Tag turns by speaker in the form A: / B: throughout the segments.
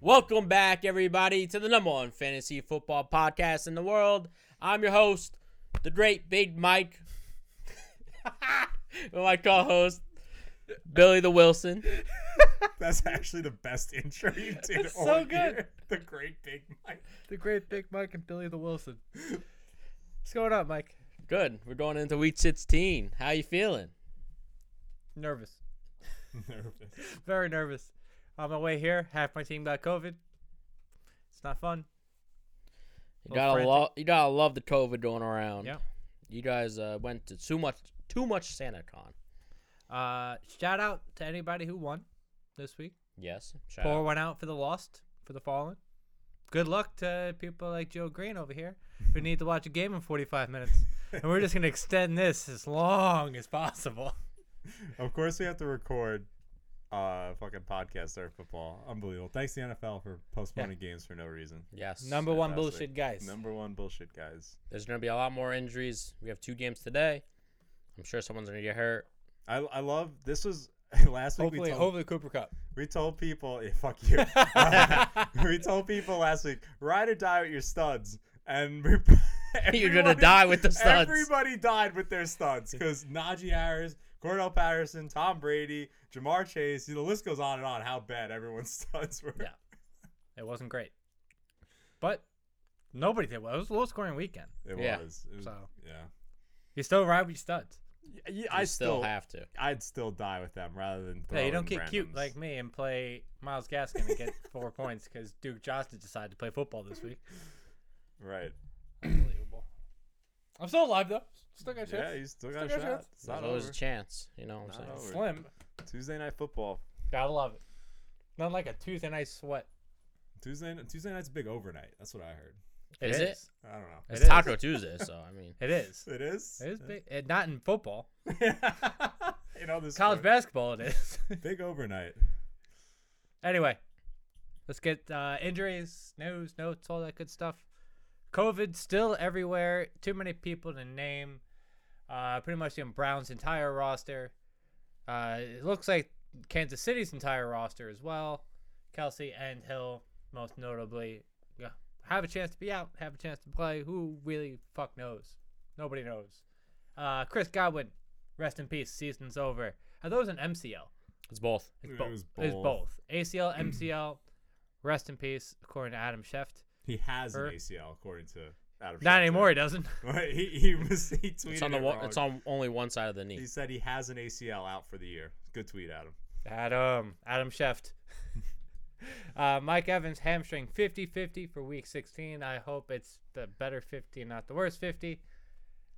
A: Welcome back, everybody, to the number one fantasy football podcast in the world. I'm your host, the great Big Mike, with my co host, Billy the Wilson.
B: That's actually the best intro you did
A: That's
B: all
A: so good.
B: year. The great big Mike.
C: The great Big Mike and Billy the Wilson. What's going on, Mike?
A: Good. We're going into week 16. How you feeling?
C: Nervous.
B: Nervous.
C: Very nervous. On my way here, half my team got COVID. It's not fun.
A: You
C: Little
A: gotta
C: Oh, frantic.
A: love. You gotta love the COVID going around.
C: Yeah.
A: You guys uh, went to too much, too much SantaCon.
C: Uh, shout out to anybody who won this week.
A: Yes. Shout
C: Pour
A: out.
C: one out for the lost, for the fallen. Good luck to people like Joe Green over here who need to watch a game in 45 minutes. And we're just going to extend this as long as possible.
B: Of course, we have to record uh fucking podcast during football. Unbelievable. Thanks to the NFL for postponing games for no reason.
A: Yes.
C: Number one
B: Fantastic.
C: bullshit, guys.
B: Number one bullshit, guys.
A: There's gonna be a lot more injuries. We have two games today. I'm sure someone's gonna get hurt.
B: I I love this was last week
C: hopefully,
B: we told
C: hopefully, Cooper Cup.
B: we told people eh, fuck you. we told people last week ride or die with your studs and we.
A: You're gonna
B: everyone-
A: die with the studs.
B: Everybody died with their stunts because Najee Harris, Cordell Patterson, Tom Brady, Jamar Chase. You know, the list goes on and on. How bad everyone's stunts were.
C: Yeah. It wasn't great. But nobody did well. It was a low scoring weekend.
B: It
A: Yeah.
B: was. It was
C: So.
B: Yeah.
C: You still ride with your studs.
B: yeah
A: I
B: I
A: still,
B: still,
A: have to.
B: I'd still die with them rather than.
C: Yeah, you don't get
B: throwing
C: cute
B: randoms.
C: like me and play Miles Gaskin and get four points because Duke Johnson decided to play football this week.
B: Right.
C: Unbelievable. I'm still alive though. Still got
B: Yeah,
C: shit.
B: you still got a
C: Still
B: shot.
C: got shots.
B: It's
A: There's
B: not
A: always
B: over.
A: a chance. You know what I'm
B: Not
A: saying?
B: over.
C: Slim.
B: Tuesday night football.
C: Gotta love it. Not like a Tuesday night sweat.
B: Tuesday Tuesday night's a big overnight. That's what I heard.
A: Is it?
B: I don't know.
A: It's
C: It is.
A: Taco Tuesday, so I mean,
C: It is.
B: It is.
C: It is big. It, not in football.
B: you know this
C: College
B: sport.
C: basketball it is.
B: Big overnight.
C: Anyway, let's get uh, injuries, news, notes, all that good stuff. COVID still everywhere. Too many people to name. Uh, pretty much the Browns' entire roster. Uh, it looks like Kansas City's entire roster as well. Kelsey and Hill, most notably, yeah, have a chance to be out, have a chance to play. Who really fuck knows? Nobody knows. Uh, Chris Godwin, rest in peace. Season's over. I thought it was an MCL.
A: it's both.
C: It's
B: It
C: both.
B: was
C: It's both.
B: both.
C: ACL, MCL. rest in peace, according to Adam Schefter.
B: He has
C: Or-
B: an ACL, according to Adam.
C: Er, Not
B: Schefter.
C: anymore. He doesn't.
B: he he, was, he tweeted
A: It's on the.
B: it
A: One,
B: wrong.
A: it's on only one side of the
B: He
A: knee.
B: said he has an ACL out for the year. Good tweet, Adam.
C: Adam. Adam Scheft. uh, Mike Evans hamstring 50-50 for Week 16. I hope it's the better 50 and not the worst 50.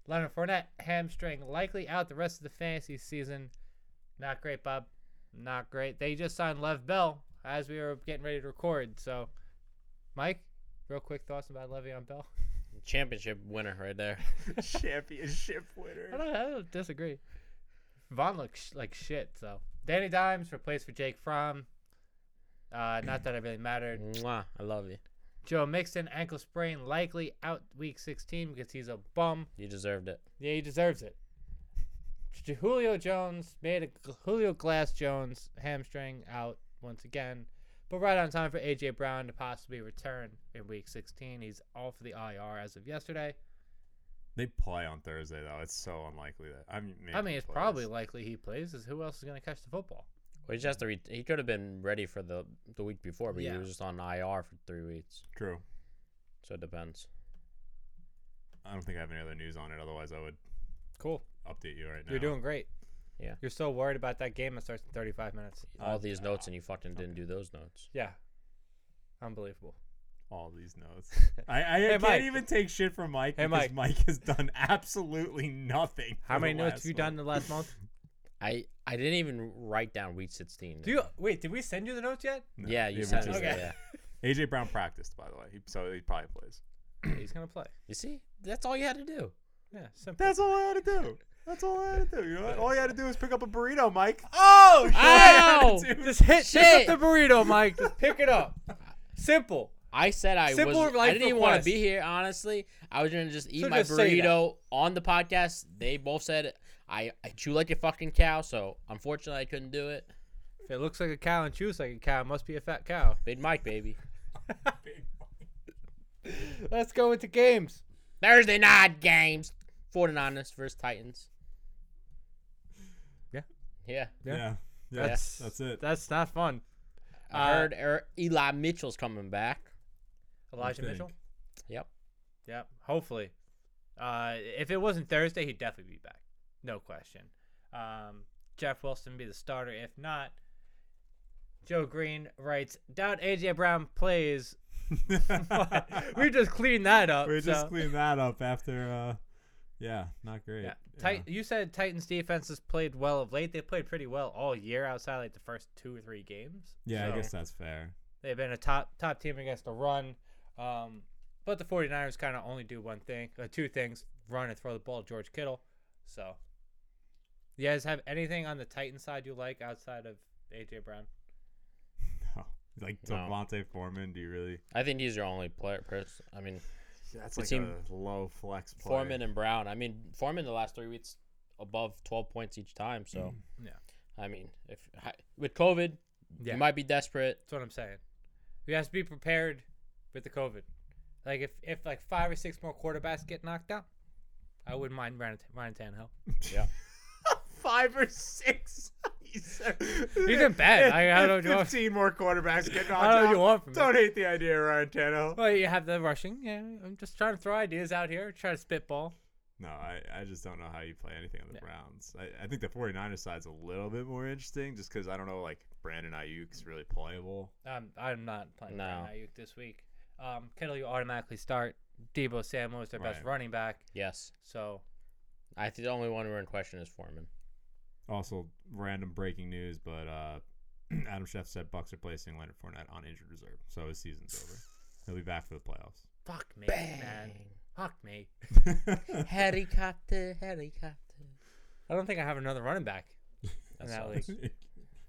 C: Leonard Fournette hamstring likely out the rest of the fantasy season. Not great, Bob. Not great. They just signed Lev Bell as we were getting ready to record. So, Mike, real quick thoughts about Le'Veon Bell.
A: Championship winner right there.
B: Championship
C: I
B: winner.
C: don't, I don't disagree. Vaughn looks sh- like shit. So Danny Dimes replaced for Jake Fromm. Uh, not that it really mattered.
A: Mwah, I love you.
C: Joe Mixon ankle sprain likely out week 16 because he's a bum.
A: You deserved it.
C: Yeah, he deserves it. J- Julio Jones made a gl- Julio Glass Jones hamstring out once again, but right on time for AJ Brown to possibly return in week 16. He's off the IR as of yesterday.
B: They play on Thursday though. It's so unlikely that I mean.
C: I
B: maybe
C: mean,
B: he
C: it's
B: plays.
C: probably likely he plays. Is who else is going to catch the football?
A: Well, he just has to. Re- he could have been ready for the the week before, but he
C: Yeah.
A: was just on IR for three weeks.
B: true.
A: So it depends.
B: I don't think I have any other news on it. Otherwise, I would
C: Cool.
B: update you right now.
C: You're doing great.
A: Yeah.
C: You're so worried about that game that starts in 35 minutes.
A: All
B: Uh,
A: these notes, and you fucking didn't do those notes.
C: Yeah. Unbelievable.
B: all these notes. I, I can't
C: Mike.
B: even take shit from Mike
C: Hey,
B: because
C: Mike.
B: Mike has done absolutely nothing.
C: How
B: for
C: many
B: the
C: notes
B: last
C: have you
B: month.
C: done in the last month?
A: I I didn't even write down week sixteen.
C: Do you wait? Did we send you the notes yet?
B: No,
A: yeah, you
B: we
A: said
B: just-
A: okay.
C: Okay.
A: yeah.
B: AJ Brown practiced, by the way, he, so he probably plays.
C: He's gonna play.
A: You see, that's all you had to do.
C: Yeah, simple.
B: That's all I had to do. That's all I had to do. You know what? All you had to do was pick up a burrito, Mike.
C: oh
A: Ow!
C: shit! Just hit
A: Shit!
C: shit up the burrito, Mike. Just pick it up. Simple.
A: I said I
C: Simple
A: was. I
C: life
A: didn't even want to
C: request.
A: be here. Honestly, I was gonna just eat
C: So
A: my
C: just say that.
A: burrito on the podcast. They both said I, I chew like a fucking cow, so unfortunately I couldn't do it.
C: If it looks like a cow and chews like a cow, it must be a fat cow.
A: Big Mike, baby.
B: Big money.
C: Let's go into games.
A: Thursday night games. 49ers versus Titans.
C: Yeah.
A: Yeah.
C: Yeah.
B: Yeah. yeah.
C: That's-
B: That's that's it.
C: That's not fun.
A: I
C: Uh,
A: heard er- Eli Mitchell's coming back.
C: Elijah
B: think.
C: Mitchell.
A: Yep.
C: Yep. Hopefully. Uh, if it wasn't Thursday, he'd definitely be back. No question. Um, Jeff Wilson be the starter. If not, Joe Green writes, doubt AJ Brown plays. we just cleaned that up.
B: we just
C: so-
B: cleaned that up after. uh Yeah, not great.
C: Yeah. Tit- You said Titans defense has played well of late. They played pretty well all year outside like the first two or three games.
B: Yeah,
C: So
B: I guess that's fair.
C: They've been a top top team against the run. Um, but the 49ers kind of only do one thing, uh, two things run and throw the ball to George Kittle. So, you guys have anything on the Titans side you like outside of A.J. Brown?
B: No. Like
A: No.
B: Devontae Foreman, do you really?
A: I think these are only player. Pers- I mean,
B: That's
A: like seem-
B: low flex
A: Foreman and Brown. I mean, Foreman the last three weeks above 12 points each time. So,
C: Yeah.
A: I mean, if I- with COVID,
C: Yeah.
A: you might be desperate.
C: That's what I'm saying. You guys be prepared with the COVID. Like, if, if like five or six more quarterbacks get knocked out, I wouldn't mind Ryan, Ryan Tannehill.
A: Yeah.
B: five or six. He's
C: can bet. I- I don't know.
B: Fifteen more quarterbacks get knocked
C: I don't know what
B: out.
C: you want from me.
B: Don't hate the idea, Ryan Tannehill.
C: Well, you have the rushing. Yeah, I'm just trying to throw ideas out here, trying to spitball.
B: No, I, I just don't know how you play anything on the Browns. I, I think the 49ers side's a little bit more interesting just because I don't know, like, Brandon Ayuk's really playable.
C: I'm Um, I'm not playing
A: No.
C: Brandon Ayuk this week. Um, Kittle, you automatically start. Debo Samuel is their best
B: Right.
C: running back,
A: Yes.
C: so
A: I think the only one we're in question is Foreman.
B: Also, random breaking news, but uh, Adam Schefter said Bucks are placing Leonard Fournette on injured reserve, so his season's over. He'll be back for the playoffs.
C: fuck me, man, fuck me.
A: helicopter, helicopter.
C: I don't think I have another running back in
A: That
C: that
A: sucks.
C: league.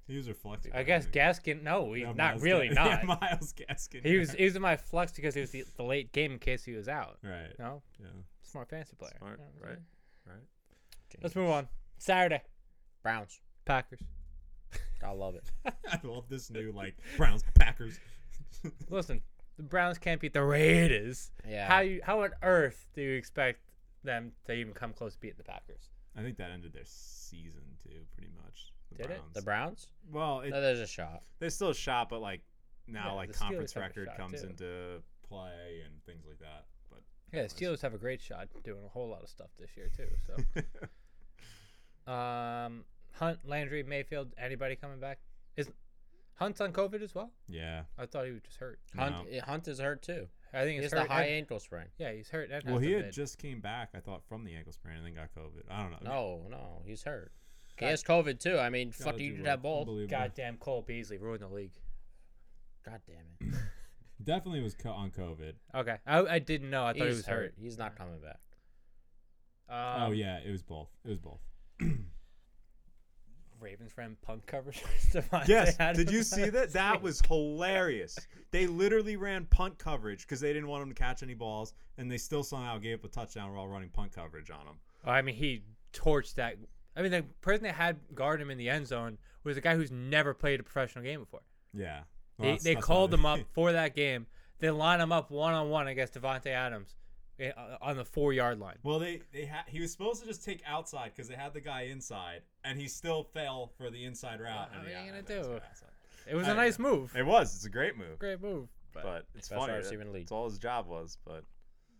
B: He's reflecting.
C: I guess Gaskin. No, he, not really.
B: Yeah,
C: Not
B: Miles Gaskin.
C: he was he was in my flux because he was the, the late game in case he was out.
B: right.
C: No,
B: Yeah.
C: smart fantasy player.
B: Smart.
C: You know what I'm
B: Right.
C: saying?
B: Right.
C: Let's move on. Saturday,
A: Browns.
C: Packers.
A: I love it.
B: I love this new like Browns Packers.
C: Listen, the Browns can't beat the Raiders.
A: Yeah.
C: How you how on earth do you expect them to even come close to beating the Packers?
B: I think that ended their season too, pretty much. The
C: Did it?
B: Browns.
A: the Browns?
B: well, it,
A: No, there's a shot.
B: they still a shot, but like now,
C: Yeah,
B: like
C: the Steelers
B: conference
C: have a
B: record
C: shot,
B: comes
C: too.
B: into play and things like that. But
C: Yeah, the
B: Otherwise-
C: Steelers have a great shot doing a whole lot of stuff this year too. So, um, Hunt, Landry, Mayfield, anybody coming back? Is Hunt's on COVID as well?
B: yeah,
C: I thought he was just hurt.
A: Hunt, eh,
B: No.
A: Hunt is hurt too.
C: I think
A: He
C: he's
A: has
C: hurt.
A: the high
C: and-
A: ankle sprain.
C: yeah, he's hurt. And
B: well,
C: has
B: he
C: the
B: had
C: vid.
B: just came back. I thought from the ankle sprain and then got COVID. I don't know.
C: Oh,
A: No, no, he's hurt. He has COVID too. I mean, fuck, you did have both.
C: goddamn Cole Beasley ruined the league.
A: God damn it.
B: Definitely was co- on COVID.
C: Okay, I, I didn't know. I
A: He's
C: thought he was
A: hurt.
C: hurt.
A: He's not coming back.
C: Um,
B: oh yeah, it was both. It was both.
C: Ravens ran punk coverage. Devontae
B: Yes.
C: Adams.
B: Did you see that? That was hilarious. They literally ran punt coverage because they didn't want him to catch any balls, and they still somehow gave up a touchdown while running punt coverage on him.
C: Oh, I mean, he torched that. I mean, the person that had guard him in the end zone was a guy who's never played a professional game before.
B: Yeah. Well,
C: They,
B: that's-
C: they
B: that's
C: called
B: what
C: him
B: I-
C: up for that game. They line him up one on one against Devontae Adams eh, uh, on the four yard line.
B: Well, they they ha- he was supposed to just take outside because they had the guy inside, and he still fell for the inside route.
C: What
B: and
C: are
B: he
C: you
B: got-
C: gonna
B: that's
C: do?
B: what I said.
C: It was a
B: I-
C: nice move.
B: It was. It's a great move,
C: Great move. But,
B: but it's
A: Best
B: funny.
A: wide receiver in the league.
B: That's all his job was. But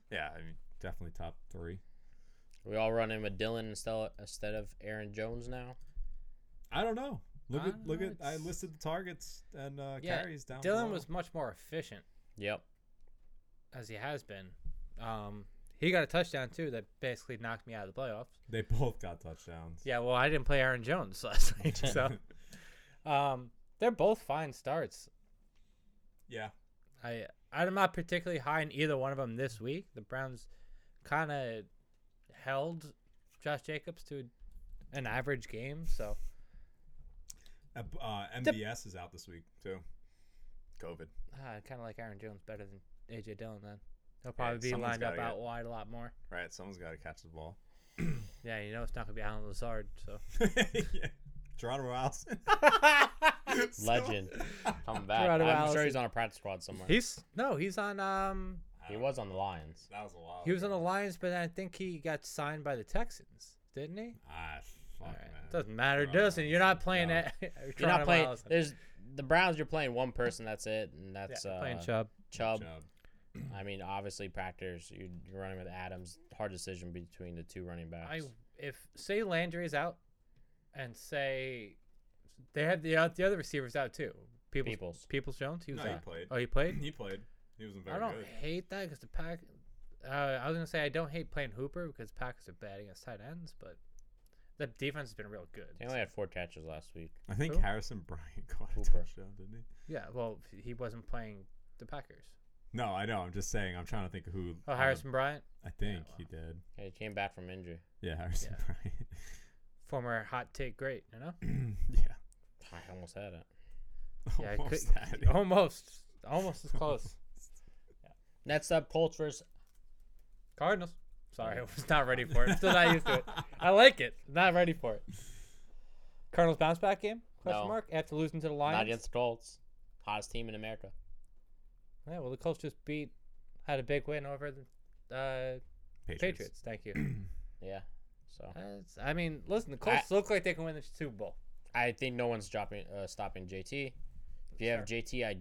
B: yeah, I mean, definitely top three.
A: We all run him with Dylan instead of- instead of Aaron Jones now.
B: I don't know. Look
C: I
B: at
C: don't
B: look
C: know,
B: at. I
C: it's-
B: listed the targets and uh,
C: yeah,
B: carries down.
C: Dylan
B: below.
C: was much more efficient
A: Yep.
C: as he has been. Um, he got a touchdown too that basically knocked me out of the playoffs.
B: They both got touchdowns.
C: Yeah, well, I didn't play Aaron Jones last week, so um, they're both fine starts.
B: Yeah.
C: I I'm not particularly high in either one of them this week. The Browns kind of held Josh Jacobs to an average game, so
B: Uh, b- uh, MBS is out this week too. COVID.
C: uh, I kind of like Aaron Jones better than AJ Dillon. Then he'll probably be
B: someone's
C: lined up
B: gotta
C: out
B: get-
C: wide a lot more.
B: Right. Someone's got to catch the ball.
C: Yeah, you know it's not gonna be Alan Lazard, so
B: yeah. Geronimo Allison. So-
A: Legend. Coming back.
C: Gerardo
A: I'm sure
C: Allison.
A: he's on a practice squad somewhere.
C: He's no, he's on um
A: he was on the Lions.
B: That was a while.
C: he was on the
B: ago.
C: Lions, but I think he got signed by the Texans, didn't he?
B: Ah, fuck,
A: Alright.
B: man.
C: Doesn't matter,
B: Geronimo
C: doesn't. You're not
B: Allison.
C: playing
B: No.
C: at
A: You're not
C: Geronimo
A: playing.
C: Allison.
A: There's the Browns. You're playing one person. That's it, and
C: Yeah,
A: that's
C: you're
A: uh,
C: playing Chubb.
A: Chubb.
B: Chubb.
A: I mean, obviously, Packers. you- You're running with Adams. Hard decision between the two running backs.
C: I if say Landry's out, and say they had the uh, the other receivers out too. Peoples
A: Peoples.
C: Peoples Jones. He was
B: No, he
C: out.
B: played.
C: Oh, he played.
B: He played. He wasn't very
C: I don't
B: good.
C: hate that because the pack. Uh, I was gonna say I don't hate playing Hooper because Packers are bad against tight ends, but the defense has been real good.
A: They only had four catches last week.
B: I think
C: Who?
B: Harrison Bryant caught a
A: Hooper.
B: touchdown, didn't he?
C: Yeah, well, he wasn't playing the Packers.
B: No, I know. I'm just saying. I'm trying to think of who.
C: Oh,
B: uh,
A: Uh-huh.
C: Harrison Bryant,
B: I think
C: Yeah,
B: he did.
A: He came back from injury.
B: Yeah, Harrison
C: former hot take great, you know?
B: Bryant. yeah.
A: I almost had it.
C: Yeah, I
B: Almost
C: could-
B: had it.
C: Almost. Almost as close.
A: Next up, Colts versus.
C: Cardinals. Sorry, I was not ready for it. I'm Oh, still not used to it. I like it. Not ready for it. Cardinals bounce back game? Question
A: No.
C: mark after losing to the
A: Not
C: Lions.
A: against the Colts. Hottest team in America.
C: Yeah, well, the Colts just beat, had a big win over the uh, Patriots. Thank you.
A: Yeah. So
C: That's- I mean, listen, the Colts look like they can win the Super Bowl.
A: I think no one's dropping, uh, stopping JT. If you have JT, I,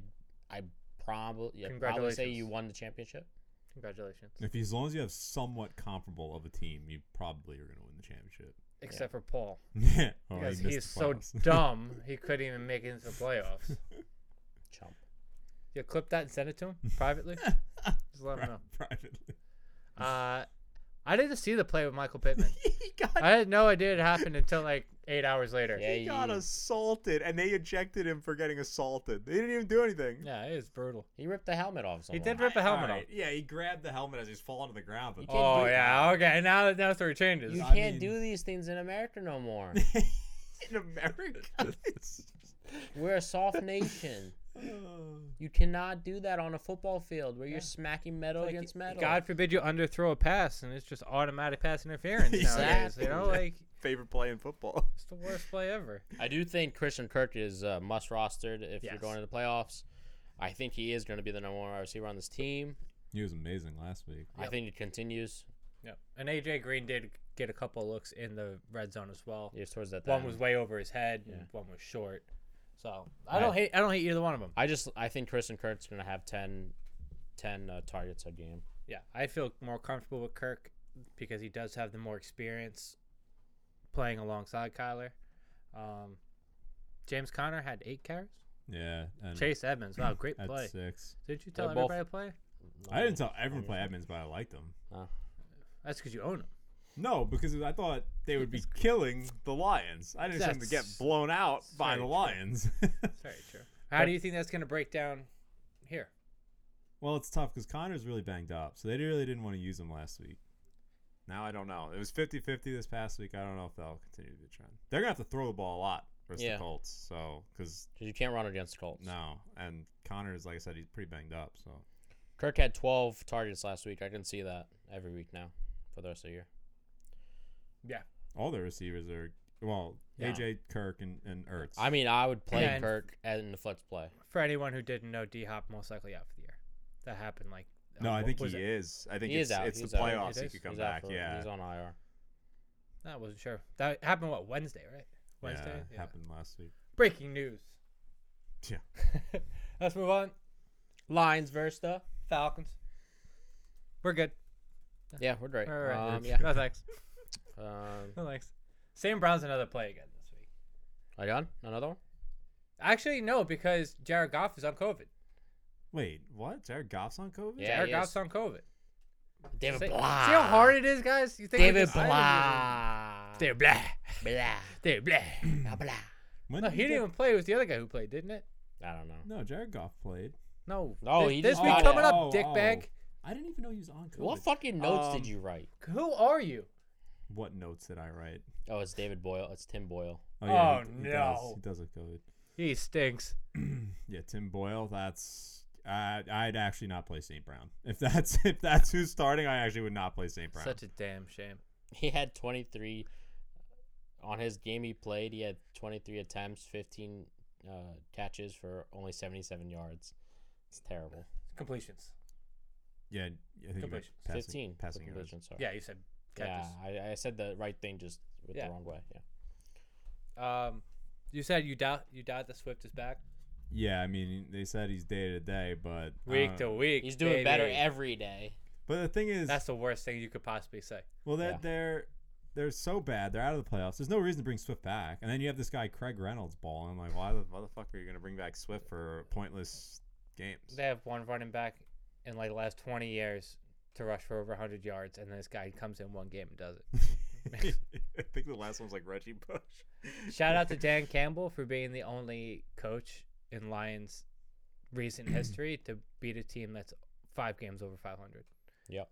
A: I probably, I'd probably say
C: Congratulations.
A: you won the championship.
C: Congratulations.
B: If you, as long as you have somewhat comparable of a team, you probably are going to win the championship.
C: Except for Paul.
B: Yeah. Oh,
C: Because
B: missed
C: he's
B: the
C: so
B: playoffs.
C: dumb, he couldn't even make it into the playoffs.
A: Chump.
C: You clip that and send it to him privately. Just let him know.
B: Privately.
C: Uh, I didn't see the play with Michael Pittman.
B: he got
C: I had no idea it happened until like eight hours later.
A: Yeah,
B: he got
A: he-
B: assaulted, and they ejected him for getting assaulted. They didn't even do anything.
C: Yeah, it is brutal.
A: He ripped the helmet off.
C: He
A: Someone.
C: did rip a helmet off. Oh,
B: Yeah, he grabbed the helmet as he's falling to the ground. But
A: You can't do
C: yeah, okay. Now that now story changes.
A: You
B: I
A: can't
B: mean-
A: do these things in America no more.
B: in America, it's-
A: We're a soft nation.
B: Oh.
A: You cannot do that on a football field where
C: Yeah.
A: you're smacking metal
C: Like,
A: against metal.
C: God forbid you underthrow a pass and it's just automatic pass interference nowadays. You know,
A: Exactly.
C: like
B: favorite play in football.
C: it's the worst play ever.
A: I do think Christian Kirk is uh, must rostered if you're
C: Yes.
A: going to the playoffs. I think he is going to be the number one wide receiver on this team.
B: He was amazing last week.
A: I think it continues.
C: Yep. And AJ Green did get a couple of looks in the red zone as well.
A: It was towards that.
C: One
A: end.
C: was way over his head, and one was short. So I don't hate I don't hate either one of them.
A: I just I think Christian Kirk's going to have 10, 10 uh, targets a game.
C: Yeah, I feel more comfortable with Kirk because he does have the more experience playing alongside Kyler. Um, James Conner had eight carries.
B: Yeah, and
C: Chase Edmonds, wow, great
B: at
C: play!
B: six.
C: Did you tell
A: They're both-
C: everybody to play?
B: I didn't tell everyone play Edmonds, but I liked them.
C: That's because you own him.
B: No, because I thought they would be killing the Lions. I didn't expect them to get
C: That's-
B: blown out by
C: very
B: the
C: true.
B: Lions.
C: Very true. How do you think that's going to break down here?
B: well, it's tough because Connor's really banged up, so they really didn't want to use him last week. Now I don't know. It was 50-50 this past week. I don't know if that'll continue the trend. They're gonna have to throw the ball a lot versus
A: Yeah.
B: the Colts. So because
A: 'Cause you can't run against the Colts.
B: no, and Connor's like I said, he's pretty banged up. So
A: Kirk had 12 targets last week. I can see that every week now for the rest of the year.
C: Yeah,
B: all the receivers are well,
A: Yeah.
B: AJ Kirk and and Ertz.
A: I mean, I would play
C: Yeah, and-
A: Kirk in the flex play.
C: for anyone who didn't know, D Hop most likely out for the year. That happened like.
B: No,
C: uh,
B: I
C: what
B: think he
C: was
B: is.
C: it?
B: I think
A: He
B: it's,
A: is out.
B: it's the
A: He's out.
B: playoffs.
C: It
B: He
C: is?
B: could come
A: He's out
B: back.
A: for-
B: yeah.
A: He's on IR.
C: I wasn't sure. That happened what Wednesday, right? Wednesday.
B: Yeah,
C: Yeah.
B: happened last week.
C: Breaking news.
B: Yeah.
C: Let's move on.
A: Lions versus the.
C: Falcons. We're good.
A: Yeah, we're great.
C: All right.
A: Um, yeah.
C: No thanks.
A: Um,
C: No thanks. Sam Brown's another play again this week.
A: I done another one.
C: Actually, no, because Jared Goff is on COVID.
B: Wait, what? Jared Goff's on COVID?
A: Yeah.
C: Jared
A: he
C: Goff's
A: is.
C: on COVID.
A: David
C: See, see
A: Blah.
C: how hard it is, guys. You think we
A: David
C: can sign him?
A: Blah.
C: David Blah.
A: Blah.
C: David Blah.
A: Blah. Blah.
B: When
C: no,
B: did
C: he didn't
B: get-
C: even play. It was the other guy who played, didn't it?
A: I don't know.
B: No, Jared Goff played.
C: No.
A: No,
C: Thi-
A: he
C: this
A: just
C: week
A: got
C: coming
A: out.
C: up,
B: Oh,
C: dickbag.
B: I didn't even know he was on COVID.
A: What fucking notes
B: Um,
A: did you write?
C: Who are you?
B: What notes did I write?
A: Oh, it's David Boyle. It's Tim Boyle.
C: Oh,
B: he,
C: no.
B: He does, he does have COVID.
C: He stinks.
B: Yeah, Tim Boyle. That's I. I'd actually not play St. Brown if that's if that's who's starting. I actually would not play St. Brown.
C: Such a damn shame.
A: He had 23 uh, on his game he played, he had 23 attempts, 15 uh, catches for only 77 yards. It's terrible.
C: Completions.
B: Yeah, I think you meant
C: Completions.
B: passing,
A: 15 for
B: passing yards.
A: completion, sorry.
C: Yeah, you said catches.
A: Yeah, I, I said the right thing just with
C: Yeah.
A: the wrong way. Yeah.
C: Um, you said you doubt you doubt the Swift is back
B: Yeah, I mean they said he's day to day, but I
C: week
B: don't-
C: to week.
A: He's doing better
C: baby.
A: every day.
B: But the thing is,
C: That's the worst thing you could possibly say.
B: well, that
A: yeah.
B: they're they're so bad, they're out of the playoffs. There's no reason to bring Swift back, and then you have this guy Craig Reynolds ball, and I'm like, why the motherfucker are you gonna bring back Swift for pointless games?
C: They have one running back in like the last 20 years to rush for over 100 yards, and this guy comes in one game and does it.
B: I think the last one's like Reggie Bush.
C: Shout out to Dan Campbell for being the only coach in Lions recent history to beat a team that's five games over 500.
A: Yep.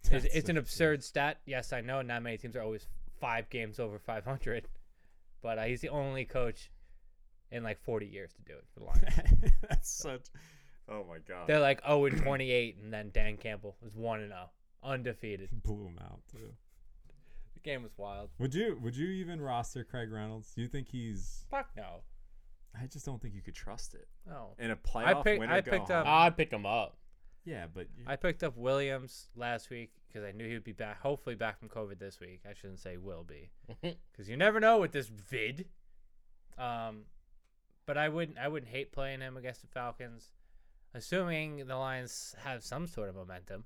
C: It's,
B: That's
C: it's an
B: so
C: absurd stat. Yes, I know not many teams are always five games over 500, but uh, he's the only coach in like 40 years to do it for the Lions.
B: That's such. Oh my god.
C: They're like 0 and 28, and then Dan Campbell was 1 and 0, undefeated.
B: blew him out too.
C: The game was wild.
B: Would you would you even roster Craig Reynolds? Do you think he's?
C: Fuck no.
B: I just don't think you could trust it
C: No.
B: in a playoff
C: pick-
B: winner.
C: I
B: go
C: picked up-
B: home.
A: I picked him up.
B: Yeah, but you-
C: I picked up Williams last week because I knew he would be back, hopefully back from COVID this week. I shouldn't say will be, because you never know with this vid. Um, but I wouldn't, I wouldn't hate playing him against the Falcons, assuming the Lions have some sort of momentum.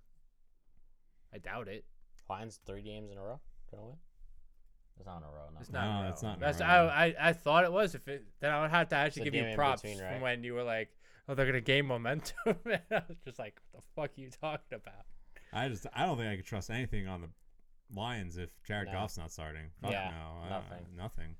C: I doubt it.
A: Lions three games in a row. Gonna win? It's not in a row. No.
C: It's not.
B: No,
C: in a row.
B: it's not in a
C: That's
B: row.
C: I, I, I thought it was. If it, then I would have to actually
A: a
C: give
A: game
C: you
A: in
C: props
A: between,
C: from
A: right?
C: when you were like, "Oh, they're gonna gain momentum," and I was just like, "What the fuck are you talking about?"
B: I just I don't think I could trust anything on the Lions if Jared
A: No.
B: Goff's not starting. Fuck
A: Yeah,
B: no, I-
A: nothing.
B: nothing.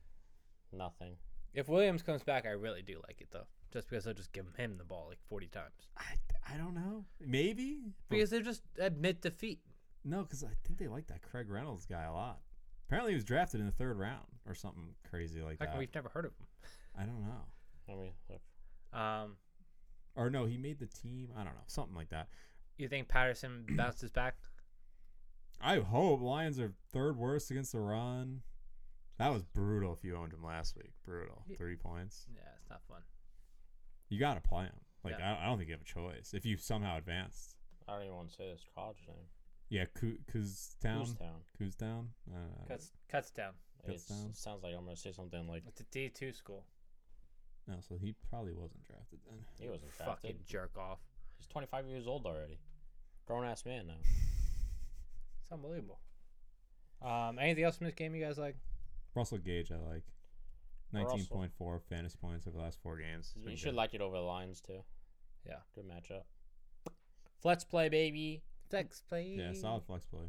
A: Nothing.
C: If Williams comes back, I really do like it though, just because they'll just give him the ball like forty times.
B: I, I don't know. Maybe
A: Hmm.
B: But-
C: Because they just admit defeat.
B: no, because I think they like that Craig Reynolds guy a lot. Apparently, he was drafted in the third round or something crazy like
C: How come
B: that.
C: we've never heard of him?
B: I don't know.
A: Let me look.
C: Um,
B: Or no, he made the team. I don't know, something like that.
C: you think Patterson bounces back?
B: I hope Lions are third worst against the run. That was brutal. If you owned him last week, brutal.
C: Yeah.
B: Three points.
C: Yeah, it's not fun.
B: You got to play him. Like
C: Yeah.
B: I, don't, I don't think you have a choice if you somehow advanced.
A: I don't even want to say this college name.
B: Yeah, Coo- Coos
A: Town.
B: Who's down? Uh,
C: Cuts cuts down.
A: It
B: Kutztown?
A: sounds like I'm gonna say something like
C: It's a D two school.
B: no, so he probably wasn't drafted then.
A: he wasn't drafted.
C: Fucking jerk off.
A: He's 25 years old already. Grown ass man now.
C: It's unbelievable. Um, anything else from this game you guys like?
B: Russell Gage, I like.
A: Russell.
B: Nineteen point four fantasy points over the last four games. He's
A: You
B: been
A: should
B: good.
A: like it over the Lions too.
C: Yeah.
A: Good matchup. Flex play, baby.
C: Sex play.
B: yeah, solid flex play.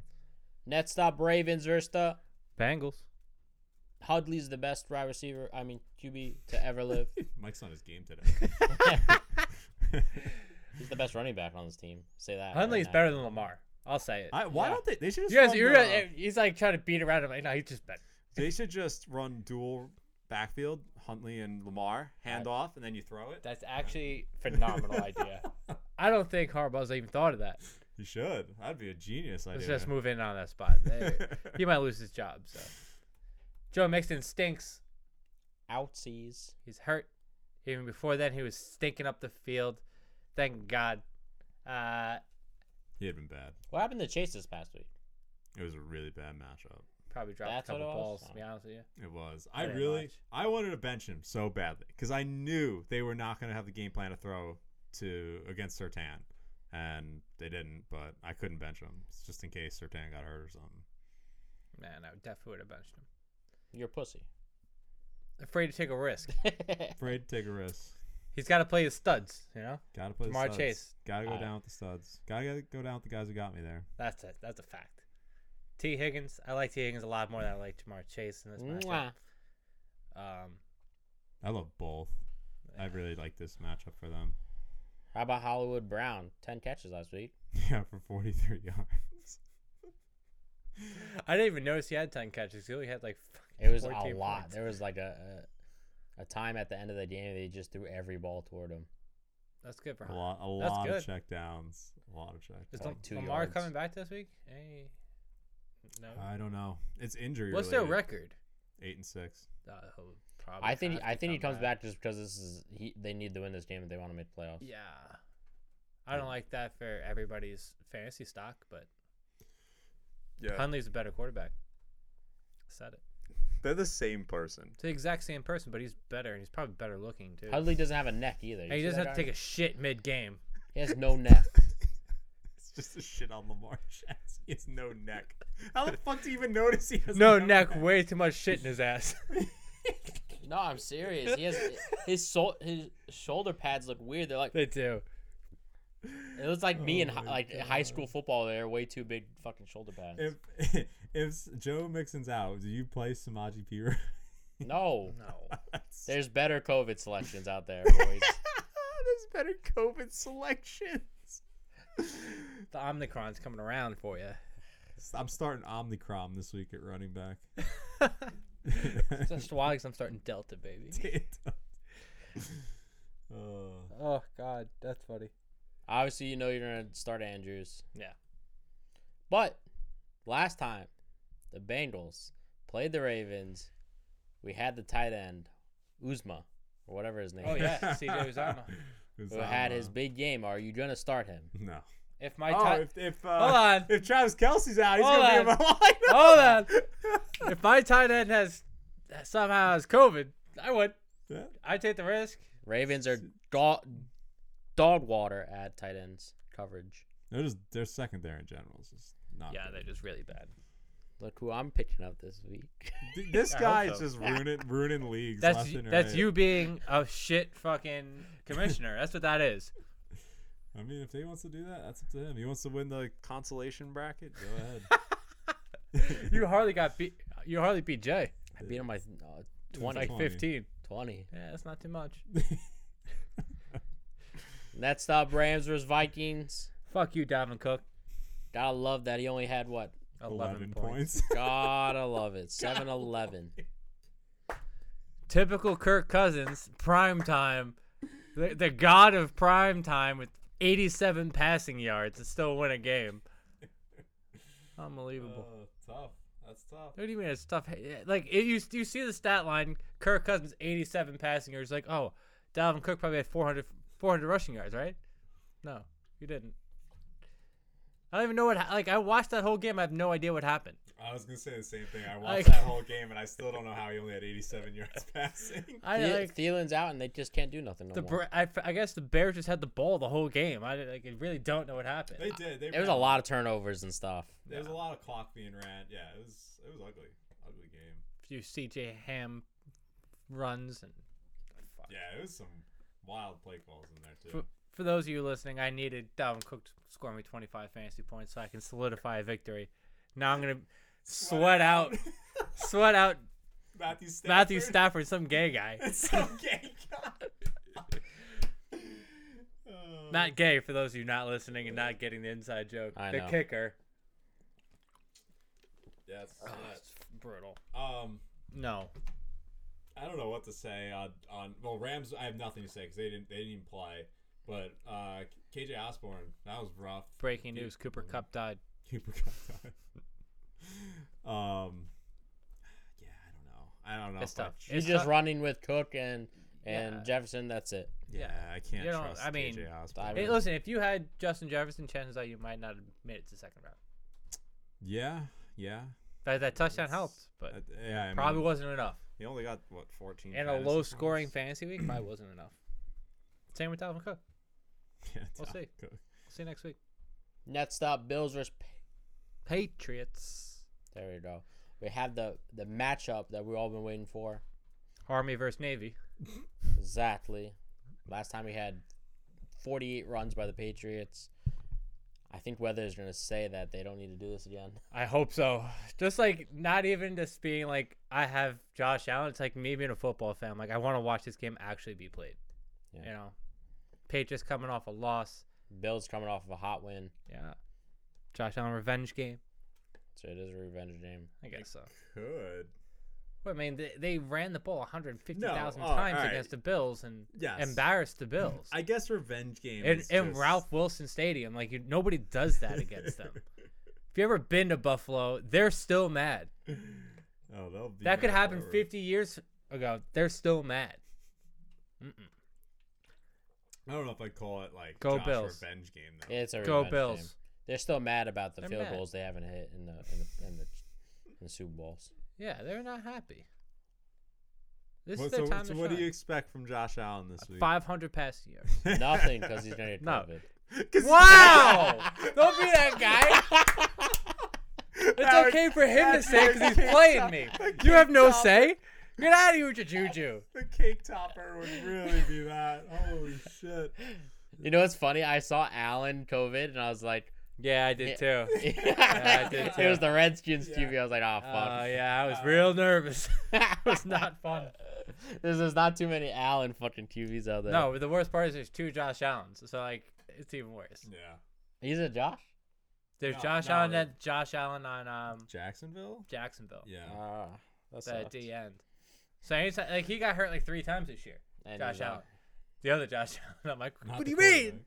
A: Net stop Ravens versus the
C: Bengals.
A: Hudley's the best wide receiver. I mean QB to ever live.
B: Mike's on his game today.
A: He's the best running back on this team. Say that. right
C: Hundley's
A: now.
C: better than Lamar. I'll say it.
B: I, why
A: Yeah.
B: don't they? They should just.
C: you guys,
B: run,
C: you're,
B: uh,
C: he's like trying to beat around him. Like, no, he's just better.
B: they should just run dual backfield, Huntley and Lamar, hand off, and then you throw it.
C: That's actually phenomenal idea. I don't think Harbaugh's even thought of that.
B: You should. That'd be a genius idea.
C: Let's just move in on that spot. There- he might lose his job. So Joe Mixon stinks.
A: Outsies.
C: He's hurt. Even before then, he was stinking up the field. Thank God. Uh,
B: He had been bad.
A: What happened to Chase this past week?
B: It was a really bad matchup.
C: probably dropped
A: That's
C: a couple
A: what it was?
C: balls. To be honest with you,
B: It was. I,
C: didn't
B: really,
C: watch.
B: I wanted to bench him so badly because I knew they were not going to have the game plan to throw to against Sertan, and they didn't. But I couldn't bench him It's just in case Sertan got hurt or something.
C: man, I definitely would have benched him.
A: You're a pussy.
C: Afraid to take a risk.
B: Afraid to take a risk.
C: He's got to play his studs. You know,
B: Got to play
C: Jamar
B: the studs.
C: Chase.
B: Got to go
A: I-
B: down with the studs. Got to go down with the guys who got me there.
C: that's it. That's a fact. T. Higgins. I like T. Higgins a lot more than I like Jamar Chase in this matchup.
A: Mwah.
C: Um,
B: I love both. I really like this matchup for them.
A: How about Hollywood Brown? Ten catches last week.
B: Yeah, for 43 yards.
C: I didn't even notice he had ten catches. He only had like. fucking
A: It was a
C: 14
A: lot.
C: points.
A: There was like a, a a time at the end of the game they just threw every ball toward him.
C: That's good for
B: A
C: him.
B: lot, a
C: That's
B: lot of
C: good.
B: check downs. A lot of check.
C: Is
A: Like
C: Lam-
A: two
C: Lamar
A: yards.
C: coming back this week? Hey, no.
B: Uh, I don't know. It's injury.
C: What's their
B: related.
C: record?
B: Eight and six.
C: Uh, he'll probably
A: I think
C: have
A: I
C: to
A: think he
C: come
A: comes back just because this is he, they need to win this game if they want to make playoffs.
C: Yeah. I don't like that for everybody's fantasy stock, but
B: Yeah,
C: Hundley's a better quarterback. Said it.
B: they're the same person.
C: It's the exact same person, but he's better, and he's probably better looking too.
A: Hudley doesn't have a neck either.
C: and he doesn't have to take a shit mid game.
A: He has no neck.
B: It's just a shit on Lamar Jackson. He has no neck. How the fuck do you even notice he has
C: No neck, way too much shit in his ass.
A: No, I'm serious. He has his so, his shoulder pads look weird. They're like
C: they do.
A: it looks like me
B: Oh
A: in hi,
B: my
A: like high school football. They're way too big fucking shoulder pads.
B: If if Joe Mixon's out, do you play Samaji P?
A: no,
C: No.
B: That's-
A: there's better COVID selections out there, boys.
B: There's better COVID selections.
C: The Omnicron's coming around for you.
B: I'm starting Omnicrom this week at running back.
C: Just why? 'cause I'm starting Delta, baby.
B: Uh,
C: Oh God, that's funny.
A: Obviously, you know you're gonna start Andrews.
C: Yeah.
A: But last time, the Bengals played the Ravens. We had the tight end Uzma or whatever his name.
C: Oh
A: is,
C: yeah, CJ Uzama.
A: Who had his
C: uh,
B: Uzama.
A: big game? Are you gonna start him?
B: no.
C: If my
B: oh,
C: tight,
B: if if,
C: hold
B: uh,
C: on,
B: if Travis Kelsey's out, he's
C: Hold
B: gonna be in
C: on.
B: my lineup.
C: hold on. If my tight end has somehow has COVID, I would.
B: Yeah.
C: I take the risk.
A: Ravens are dog dog water at tight ends coverage.
B: They're just their secondary in general is just not.
C: Yeah,
B: good.
C: they're just really bad.
A: Look who I'm picking up this week.
B: Th- this
C: I hope
B: guy is
C: so.
B: just ruining ruining leagues.
C: That's
B: left
C: y-
B: and
C: that's
B: right.
C: you being a shit fucking commissioner. that's what that is.
B: I mean, if he wants to do that, that's up to him. He wants to win the consolation bracket. Go ahead.
C: You hardly got beat. You hardly beat Jay.
A: I beat him by uh,
B: Like
A: 20.
B: Twenty.
C: 15.
A: 20.
C: Yeah, that's not too much.
A: Next up, Rams versus Vikings.
C: Fuck you, Dalvin Cook.
A: Gotta love that he only had what?
C: 11, points.
A: Gotta love it. 7 11.
C: Typical Kirk Cousins, prime time, the, the god of prime time with 87 passing yards to still win a game. Unbelievable.
B: tough. That's tough.
C: what do you mean it's Uh, tough? eh, Like it, you, you see the stat line, Kirk Cousins 87 passing yards. Like, oh, Dalvin Cook probably had 400, 400 rushing yards, right? No, you didn't. I don't even know what ha- like I watched that whole game. I have no idea what happened.
B: I was gonna say the same thing. I
C: Like-
B: watched that whole game, and I still don't know how he only had 87 yards passing.
C: I
A: Thiel-
C: like
A: Thielen's out and they just can't do nothing no
C: The
A: more.
C: Bra- I, f- I guess the Bears just had the ball the whole game. I like I really don't know what happened.
B: They did. They
A: There was a
B: ran-
A: lot of turnovers and stuff.
B: There was a lot of clock being ran. Yeah, it was it was ugly, ugly game.
C: A few CJ Ham runs and
B: Yeah, it was some wild play calls in there too.
C: for, for those of you listening, I needed Dalvin Cook to score me 25 fantasy points so I can solidify a victory. Now I'm gonna sweat, out, sweat out
B: Matthew Stafford.
C: Matthew Stafford, some gay guy.
B: It's okay, God. Uh,
C: Not gay for those of you not listening and not getting the inside joke.
A: I
C: the
A: know.
C: kicker,
B: yes.
C: it's brutal.
B: Um,
C: No,
B: I don't know what to say on, on well Rams. I have nothing to say because they didn't they didn't even play. But uh, KJ Osborne, that was rough.
C: breaking news: Cooper Cup died.
B: Cooper Cup died. um, yeah, I don't know. I don't know.
C: It's
B: if I
C: tough.
B: tr-
A: He's
C: It's
A: just
C: not-
A: running with Cook and and
C: Yeah.
A: Jefferson. That's it.
B: yeah, I can't
C: You don't-
B: trust
C: I mean,
B: KJ Osborne.
A: I-
C: Hey, listen, if you had Justin Jefferson, chances are you might not have made it to the second round.
B: yeah, yeah,
C: That, that touchdown
B: It's-
C: helped, but
B: I- yeah. I mean,
C: probably wasn't enough.
B: he only got what fourteen.
C: And a
B: fantasy
C: low scoring
B: points?
C: fantasy week probably wasn't enough. Same with Dalvin Cook.
B: Yeah,
C: We'll
B: Dalvin
C: see.
B: Cook.
C: See you next week.
A: Next up, Bills versus. Pa-
C: Patriots.
A: There we go. We have the the matchup that we've all been waiting for.
C: Army versus Navy.
A: Exactly. Last time we had 48 runs by the Patriots. I think Weather's going to say that they don't need to do this again.
C: I hope so. Just like not even just being like I have Josh Allen. It's like me being a football fan. Like I want to watch this game actually be played.
A: Yeah.
C: You know, Patriots coming off a loss.
A: Bills coming off of a hot win,
C: Yeah. Josh Allen revenge game.
A: so it is a revenge game.
C: I guess so.
B: Could.
C: Well, I mean, they, they ran the ball 150,000
B: No, oh,
C: times
B: alright.
C: against the Bills and
B: Yes.
C: embarrassed the Bills.
B: I guess revenge game.
C: in,
B: is
C: in
B: just-
C: Ralph Wilson Stadium, like you, nobody does that against them. If you ever been to Buffalo, they're still mad.
B: Uh, Oh, they'll be
C: that could
B: mad
C: happen
B: forever.
C: 50 years ago. They're still mad. Mm-mm.
B: I don't know if I'd call it like
C: Go
B: Josh
C: Bills.
B: revenge game though.
A: It's a
C: Go
A: revenge game.
C: Bills.
A: They're still mad about the
C: They're
A: field
C: mad.
A: goals they haven't hit in the in the, in the, in the Super Bowls.
C: Yeah, they're not happy. This
B: Well,
C: is their
B: so,
C: time
B: so
C: to
B: what do
C: shine.
B: you expect from Josh Allen this week?
C: 500 passing yards.
A: Nothing because he's gonna get
C: No.
A: COVID.
B: 'Cause-
C: Wow! Don't be that guy. It's
B: That would-
C: okay for him to
B: that's
C: say
B: where
C: because
B: the
C: he's playing
B: cake
C: me.
B: top- the
C: You have
B: cake
C: no
B: top-
C: say. Get out of here with your juju.
B: The cake topper would really be that. Holy shit!
A: You know what's funny? I saw Allen COVID and I was like,
C: Yeah, Uh, I did too. I did
A: it was
C: too.
A: the Redskins
B: Yeah.
A: QB. I was like, oh
C: Oh,
A: fuck,
C: yeah, I
B: Uh,
C: was real nervous. it was not fun.
A: there's, there's not too many Allen fucking QBs out there.
C: No, but the worst part is there's two Josh Allens. So, like, it's even worse.
B: Yeah,
A: he's a Josh.
C: There's
B: No,
C: Josh
B: no,
C: Allen
B: it-
C: and Josh Allen on um,
B: Jacksonville.
C: Jacksonville.
B: Yeah,
A: Ah, that's
C: the D end. So anytime, like he got hurt like three times this year. Josh Allen, the other Josh Allen. I'm like,
B: Not
C: what do
B: the
C: you mean?
B: quarterback.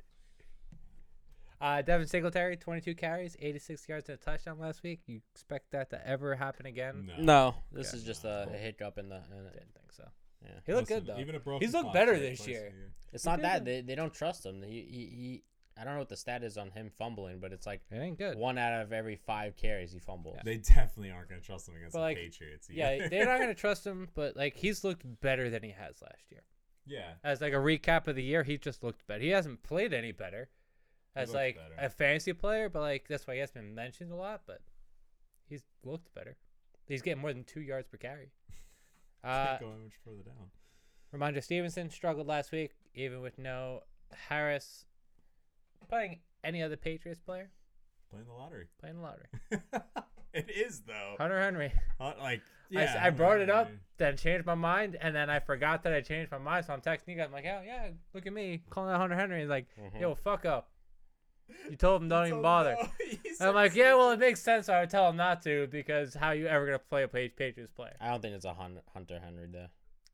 C: Uh, Devin Singletary, 22 carries, 86 yards and a touchdown last week. You expect that to ever happen again?
B: No.
A: No, this
C: Okay.
A: is just
B: No,
A: a,
B: it's
A: a
B: cool.
A: hiccup in the. In it.
C: Didn't think so.
A: Yeah.
C: He looked
B: Listen,
C: good though.
B: even a broken
C: He's looked
B: clock
C: better
B: can't
C: this
B: replace
C: year.
B: the year.
A: It's
C: He
A: not
C: did
A: that
C: it.
A: they, they don't trust him. He, he he. I don't know what the stat is on him fumbling, but it's like
C: It ain't good.
A: one out of every five carries he fumbles.
B: They definitely aren't going to trust him against
C: But,
B: the
C: like,
B: Patriots.
C: Yeah,
B: either.
C: they're not gonna trust him, but like he's looked better than he has last year.
B: yeah,
C: As like a recap of the year, he just looked better. He hasn't played any better.
B: He
C: As
B: looked
C: like
B: better.
C: a fantasy player, but like that's why he has been mentioned a lot. But he's looked better. He's getting more than two yards per carry. Uh,
B: can't go much further down.
C: Ramondre Stevenson struggled last week, even with no Harris playing any other Patriots player
B: Playing the lottery.
C: playing the lottery.
B: it is
A: Oh.
B: though.
C: Hunter Henry.
B: Uh, like
C: I s-
B: yeah,
C: I, brought it up,
B: mean,
C: then changed my mind, and then I forgot that I changed my mind. So I'm texting you guys, I'm like, oh yeah, look at me calling out Hunter Henry. He's like,
A: Mhm.
C: yo, fuck up. You told him don't even bother.
B: Oh, he's
C: And I'm like, yeah, well, it makes sense. I would tell him not to because how you ever gonna play a Pa- Patriots player?
A: I don't think it's a Hun- Hunter Henry though.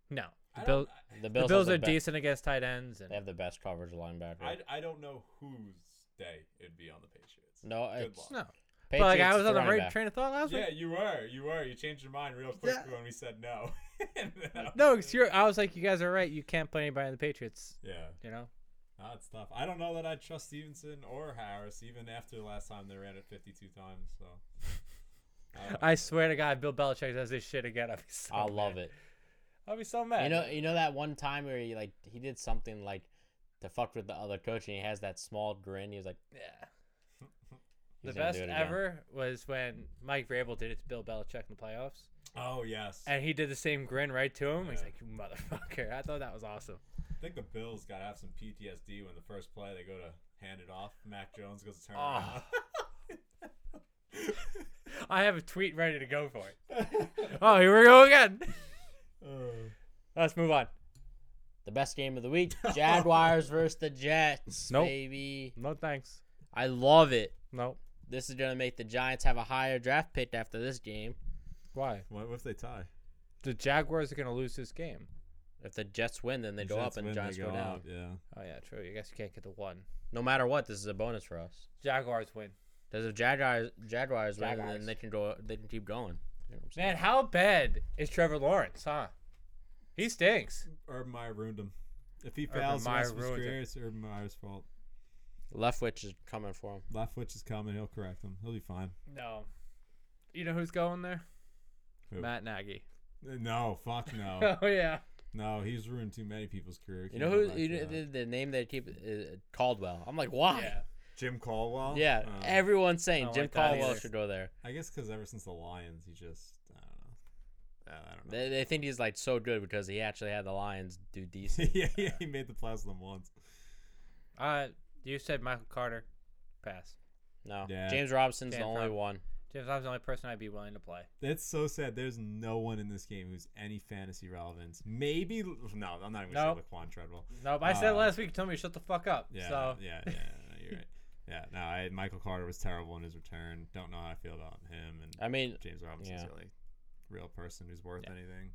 C: No,
B: I don't-
C: the, Bill,
A: The
C: the
A: Bills, have
C: Bills
A: the
C: are
A: be-
C: decent against tight ends, and
A: They have the best coverage linebacker.
B: I, I don't know whose day it'd be on the Patriots.
A: no,
B: Good
A: it's
B: luck.
C: no. But
A: Patriots,
C: like I
A: it's
C: was on the
A: running
C: right
A: back.
C: train of thought last week.
B: Yeah, you were. You were. You changed your mind real quick
C: Yeah.
B: when we said no. And then I
C: No,
B: was
C: it's your. I was like, you guys are right. You can't play anybody in the Patriots.
B: like, Yeah,
C: You know,
B: nah, it's tough. I don't know that I trust Stevenson or Harris, even after the last time they ran it 52 times. So. I don't know.
C: I swear to God, Bill Belichick does this shit again. I'll be so.
A: I love
C: mad.
A: it.
C: I'll be so mad.
A: You know, you know that one time where he like he did something like to fuck with the other coach, and he has that small grin. He was like,
C: yeah. The
A: He's gonna
C: best
A: do it again.
C: ever was when Mike Vrabel did it to Bill Belichick in the playoffs,
B: Oh yes.
C: and he did the same grin right to him. He's
B: Yeah.
C: like, "You motherfucker!" I thought that was awesome.
B: I think the Bills got to have some PTSD when the first play they go to hand it off. Mac Jones goes to turn
A: Ah.
C: Oh.
B: around.
C: I have a tweet ready to go for it. Oh, here we go again.
B: Oh.
C: Let's move on.
A: the best game of the week: Jaguars versus the Jets,
C: Nope.
A: baby.
C: No thanks.
A: I love it.
C: No.
A: This is gonna make the Giants have a higher draft pick after this game.
C: Why?
B: What if they tie?
C: The Jaguars are gonna lose this game.
A: If the Jets win, then they go up, and the Giants go down.
B: Yeah.
C: Oh yeah, true. I guess you can't get the one.
A: No matter what, this is a bonus for us.
C: Jaguars win.
A: Because if Jaguars Jaguars win,
C: Jaguars.
A: then they can go. They can keep going. You know what I'm saying?
C: Man, how bad is Trevor Lawrence, huh? He stinks.
B: Urban Meyer ruined him. If he
C: Urban
B: fails the
C: Meyer
B: rest of his
C: ruined
B: career,
C: it.
B: it's Urban Meyer's fault.
A: Leftwich is coming for him.
B: Leftwich is coming. He'll correct him. He'll be fine.
C: No. You know who's going there?
B: Who?
C: Matt Nagy.
B: Uh, No, fuck no.
C: Oh yeah.
B: no, he's ruined too many people's career.
A: You know
B: Can't go
A: who?
B: back
A: You
B: to
A: know,
B: that.
A: the, the name they keep is Caldwell. I'm like,
B: Ah.
A: why?
C: Yeah.
B: Jim Caldwell?
A: Yeah,
B: Uh,
A: everyone's saying
C: Oh, don't
A: Jim
C: like that
A: Caldwell
C: either.
A: should go there.
B: I guess because ever since the Lions, he just I don't know. Uh, I don't know.
A: They, they think he's like so good because he actually had the Lions do decent.
B: yeah, yeah, he made the playoffs with them once.
C: Uh you said Michael Carter. Pass.
A: No,
B: Yeah.
A: James Robinson's the
C: James
A: only
C: Rob-
A: one.
C: James Robinson the only person I'd be willing to play.
B: That's so sad. There's no one in this game who's any fantasy relevance. Maybe no, I'm not even gonna
C: Nope.
B: say Laquan Treadwell.
C: No, but I said
B: Uh,
C: last week you told me to shut the fuck up.
B: Yeah,
C: so
B: yeah, yeah, no, you're right. Yeah, no, I, Michael Carter was terrible in his return. Don't know how I feel about him. And
A: I mean,
B: James Robinson's
A: Uh, yeah.
B: the only real person who's worth
C: Yeah.
B: anything.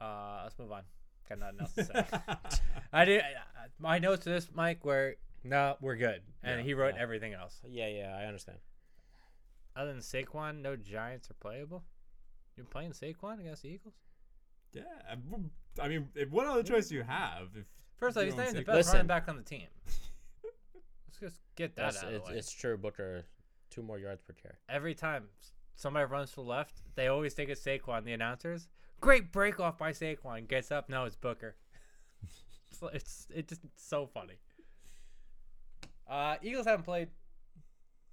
C: uh let's move on. Got nothing else to say. I did I- I- my notes to this Mike were no, we're good. And
B: Yeah,
C: he wrote
A: yeah.
C: everything else.
A: yeah, yeah, I understand.
C: Other than Saquon, no Giants are playable. You You're playing Saquon against the Eagles.
B: Yeah, I- I mean, if- what other choice do you have? If
C: First off,
B: you
C: he's
B: don't
C: not even the
B: take-
C: best
A: Listen.
C: running back on the team. Let's just get that
A: That's,
C: out of
A: it's,
C: the way.
A: it's true, Booker. Two more yards per carry.
C: Every time s- somebody runs to the left, they always think it's Saquon. The announcers, great break off by Saquon. Gets up, no, it's Booker. it's, it's it's just so funny. Uh, Eagles haven't played,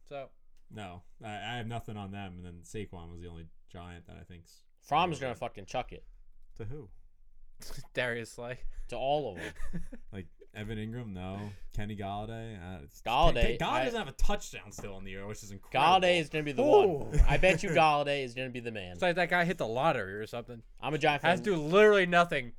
C: so
B: No, I, I have nothing on them. And then Saquon was the only giant that I think's
A: Fromm's gonna fucking chuck it
B: to who?
C: Darius Slay.
A: to all of them.
B: Like Evan Ingram? No. Kenny Galladay? Uh, it's,
A: Galladay,
B: Ken- Galladay
A: I-
B: doesn't have a touchdown still on the year, which is incredible.
A: Galladay is gonna be the one.
C: Ooh.
A: I bet you Galladay is gonna be the man.
C: It's like that guy hit the lottery or something.
A: I'm a giant fan.
C: Has to do literally nothing,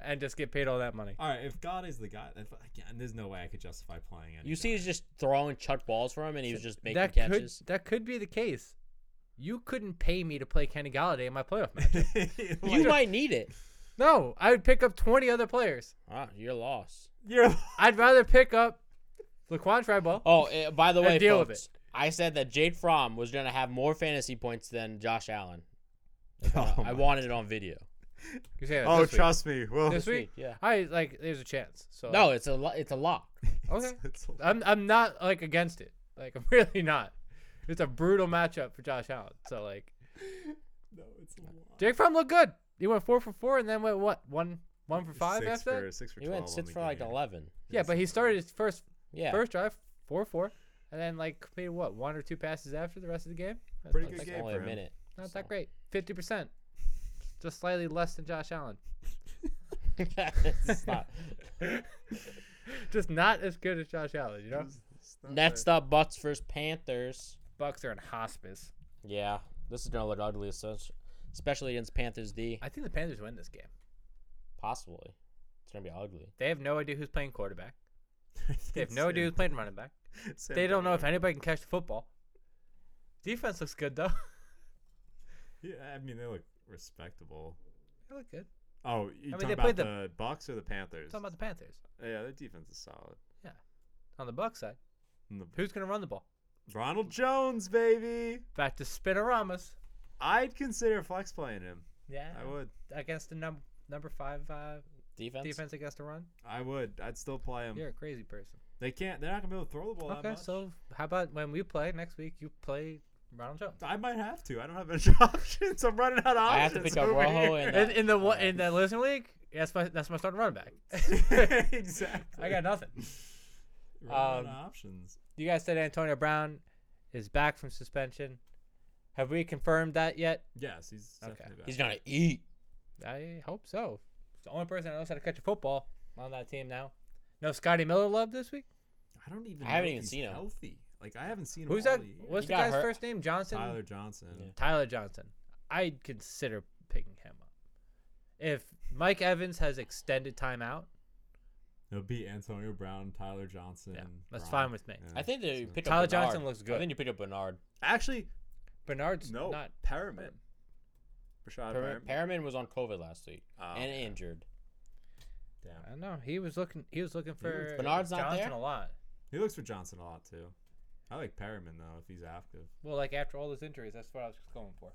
C: and just get paid all that money.
B: All right, if Galladay's the guy, if, again, there's no way I could justify playing any
A: You see, he's just throwing chuck balls for him, and he was just making
C: that
A: catches.
C: could that could be the case. You couldn't pay me to play Kenny Galladay in my playoff match.
B: Like,
A: You might need it.
C: no, I would pick up twenty other players.
A: Ah, you're lost.
B: You're
C: I'd rather pick up Laquan Tribal.
A: Oh, eh, by the
C: And
A: way,
C: deal with
A: folks, I said that Jade Fromm was gonna have more fantasy points than Josh Allen.
B: Oh,
A: I
B: my-
A: wanted it on video.
C: You say that
B: oh,
C: this week.
B: trust me. Well,
C: this week.
A: week, yeah.
C: I like. There's a chance. So
A: No, it's a lo- it's a lock.
C: okay.
B: it's a-
C: I'm I'm not like against it. Like I'm really not. It's a brutal matchup for Josh Allen. So like,
B: no, it's a lot.
C: Jake Fromm looked good. He went four for four, and then went what one one for five
B: six
C: after that.
B: for, six for
A: He went
B: 12 on
A: six
B: the
A: for like
B: game.
A: eleven.
C: Yeah, but he started his first
A: Yeah,
C: first drive four four, and then like completed what one or two passes after the rest of the game. That's
B: Pretty
C: not
B: good
C: that-
A: It's
B: game
A: only
B: for
A: a
B: him.
A: minute.
C: Not
A: so.
C: that great. Fifty percent, just slightly less than Josh Allen.
A: It's not-
C: Just not as good as Josh Allen. You know,
A: Next up, Bucks versus Panthers.
C: Bucks are in hospice.
A: Yeah, this is gonna look ugly, espe- especially against Panthers D.
C: I think the Panthers win this game.
A: Possibly, it's gonna be ugly.
C: They have no idea who's playing quarterback. They have no idea who's playing running back.
B: Sam
C: They don't know if
B: Darnold.
C: anybody can catch the football. Defense looks good though.
B: Yeah, I mean, they look respectable.
C: they look good.
B: Oh, you
C: I mean,
B: talking
C: they
B: about
C: played
B: the,
C: the-
B: Bucks or the Panthers?
C: Talking about the Panthers
B: yeah, their defense is solid.
C: on the Buck side.
B: And the,
C: Who's gonna run the ball?
B: Ronald Jones, baby.
C: Back to Spinoramas.
B: I'd consider flex playing him.
C: Yeah,
B: I would.
C: against the number number five uh,
A: Defense.
C: defense against the run.
B: I would. I'd still play him.
C: You're a crazy person.
B: They can't. They're not gonna be able to throw the ball that
C: okay,
B: much.
C: so how about when we play next week? You play Ronald Jones.
B: I might have to. I don't have any options. I'm running out of options.
A: I have to pick up
B: over
A: Rojo
B: here.
A: and
C: In,
A: uh,
C: in the one
A: uh,
C: in the listener league, that's my that's my starting running back.
B: exactly.
C: I got nothing.
B: Running out of
C: um,
B: options.
C: You guys said Antonio Brown is back from suspension. Have we confirmed that yet?
B: Yes, he's
C: Okay.
B: definitely back.
A: he's gonna eat.
C: I hope so. It's the only person that knows how to catch a football on that team now. No Scotty Miller love this week.
B: I don't even.
A: I haven't
B: know if
A: even
B: he's
A: seen him.
B: Healthy. Like I haven't seen him.
C: Who's
B: all
C: that?
B: year.
C: What's
A: He
C: the
A: got
C: guy's
A: hurt.
C: first name? Johnson.
B: Tyler Johnson?
A: Yeah.
C: Tyler Johnson. I'd consider picking him up. If Mike Evans has extended timeout,
B: It'll be Antonio Brown, Tyler Johnson.
C: Yeah, that's
B: Gronk.
C: fine with me.
A: I think they
B: so-
A: pick
C: Tyler
A: up Bernard.
C: Johnson looks
A: I
C: good.
A: think you pick up Bernard.
B: actually
C: Bernard's
B: no
C: not.
B: Perriman. Rashad
A: Per-
B: Perriman.
A: Perriman was on COVID last week
B: Oh,
A: and
B: okay.
A: injured.
C: I
B: Damn.
C: don't know. He was looking. He was looking for
A: Bernard's not
C: Johnson
A: there?
C: a lot.
B: He looks for Johnson a lot too. I like Perriman though if he's active.
C: Well, like after all those injuries, that's what I was going for.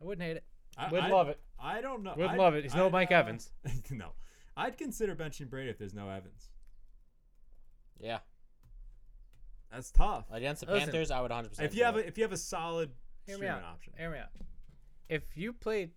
C: I wouldn't hate it.
B: I,
A: Would
B: I-
A: love it.
B: I don't know.
C: Would
B: I'd-
C: love it. He's no
B: I'd,
C: Mike
B: uh,
C: Evans.
B: no, I'd consider benching Brady if there's no Evans.
A: Yeah,
B: That's tough.
A: against the
C: Listen,
A: Panthers, I would 100. percent
B: if you have a, if you have a solid
C: Hear me
B: streaming
C: out.
B: option,
C: Hear me out. If you played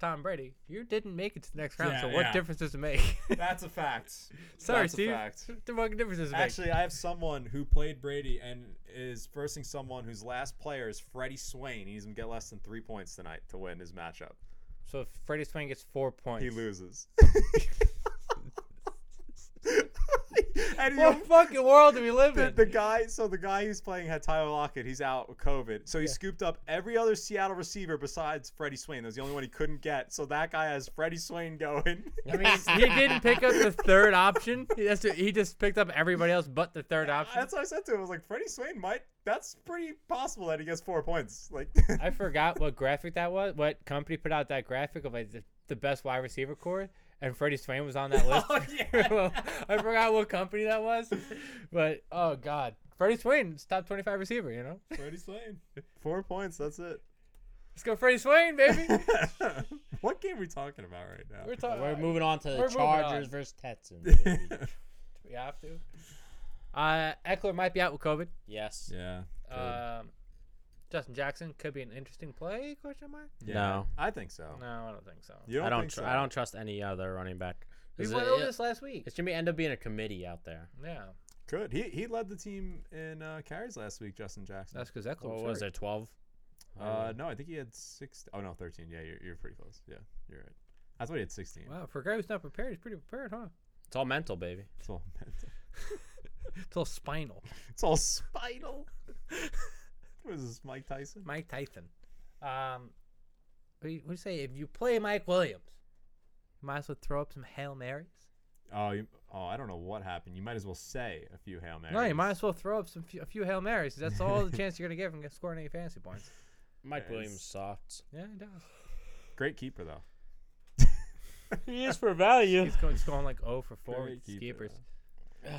C: Tom Brady, you didn't make it to the next round.
B: Yeah,
C: so what
B: yeah.
C: difference does it make?
B: that's a fact.
C: Sorry,
B: That's a
C: Steve.
B: fact.
C: the fucking difference does it make?
B: Actually, I have someone who played Brady and is versing someone whose last player is Freddie Swain. He's gonna get less than three points tonight to win his matchup.
C: So if Freddie Swain gets four points.
B: He loses. and he
C: What fucking world do we live
B: the,
C: in?
B: the guy, so the guy he's playing had Tyler Lockett. He's out with COVID, so he
C: Yeah.
B: scooped up every other Seattle receiver besides Freddie Swain. That was the only one he couldn't get. So that guy has Freddie Swain going.
C: I mean, he didn't pick up the third option. He, that's he just picked up everybody else but the third option.
B: That's what I said to him. I was like, Freddie Swain might. That's pretty possible that he gets four points. Like,
C: I forgot what graphic that was. What company put out that graphic of like the, the best wide receiver core, and Freddie Swain was on that list.
B: Oh, yeah.
C: I forgot what company that was, but oh god, Freddie Swain's top twenty-five receiver. You know,
B: Freddie Swain, four points. That's it.
C: Let's go, Freddie Swain, baby.
B: what game are we talking about right now?
C: We're talking.
A: We're moving on to the
C: We're moving on.
A: Chargers versus Texans. baby.
C: We have to. Uh, Eckler might be out with COVID.
A: yes.
B: yeah. good.
C: Um, Justin Jackson could be an interesting play? Question mark.
B: Yeah,
A: No.
B: I think so.
C: No, I don't think so.
B: You don't
A: I don't.
B: think
A: Tr-
B: so?
A: I don't trust any other running back.
C: We
A: Is
C: went
A: it-
C: over this last week.
A: It's gonna be end up being a committee out there.
C: Yeah,
B: Good. He he led the team in uh, carries last week. Justin Jackson.
C: that's because Eckler
A: What
C: was,
A: was
C: hurt.
A: it? Twelve.
B: uh, no, I think he had six. Oh no, thirteen. Yeah, you're, you're pretty close. Yeah, you're right. I thought he had sixteen.
C: Wow, for a guy who's not prepared, he's pretty prepared, huh?
A: It's all mental, baby.
B: It's all mental.
C: It's all spinal.
B: It's all spinal. what is this, Mike Tyson?
C: Mike Tyson. Um, what do you, what do you say? If you play Mike Williams, you might as well throw up some hail marys.
B: Oh, you, oh, I don't know what happened. You might as well say a few hail marys.
C: No, you might as well throw up some few, a few hail marys. 'cause That's all the chance you're gonna get from scoring any fantasy points.
A: Mike
B: Yes.
A: Williams sucked.
C: Yeah, it does.
B: Great keeper though.
A: he is for value.
C: He's going, he's going like 0 for 4
B: Great
C: with
B: keeper,
C: keepers.
B: though.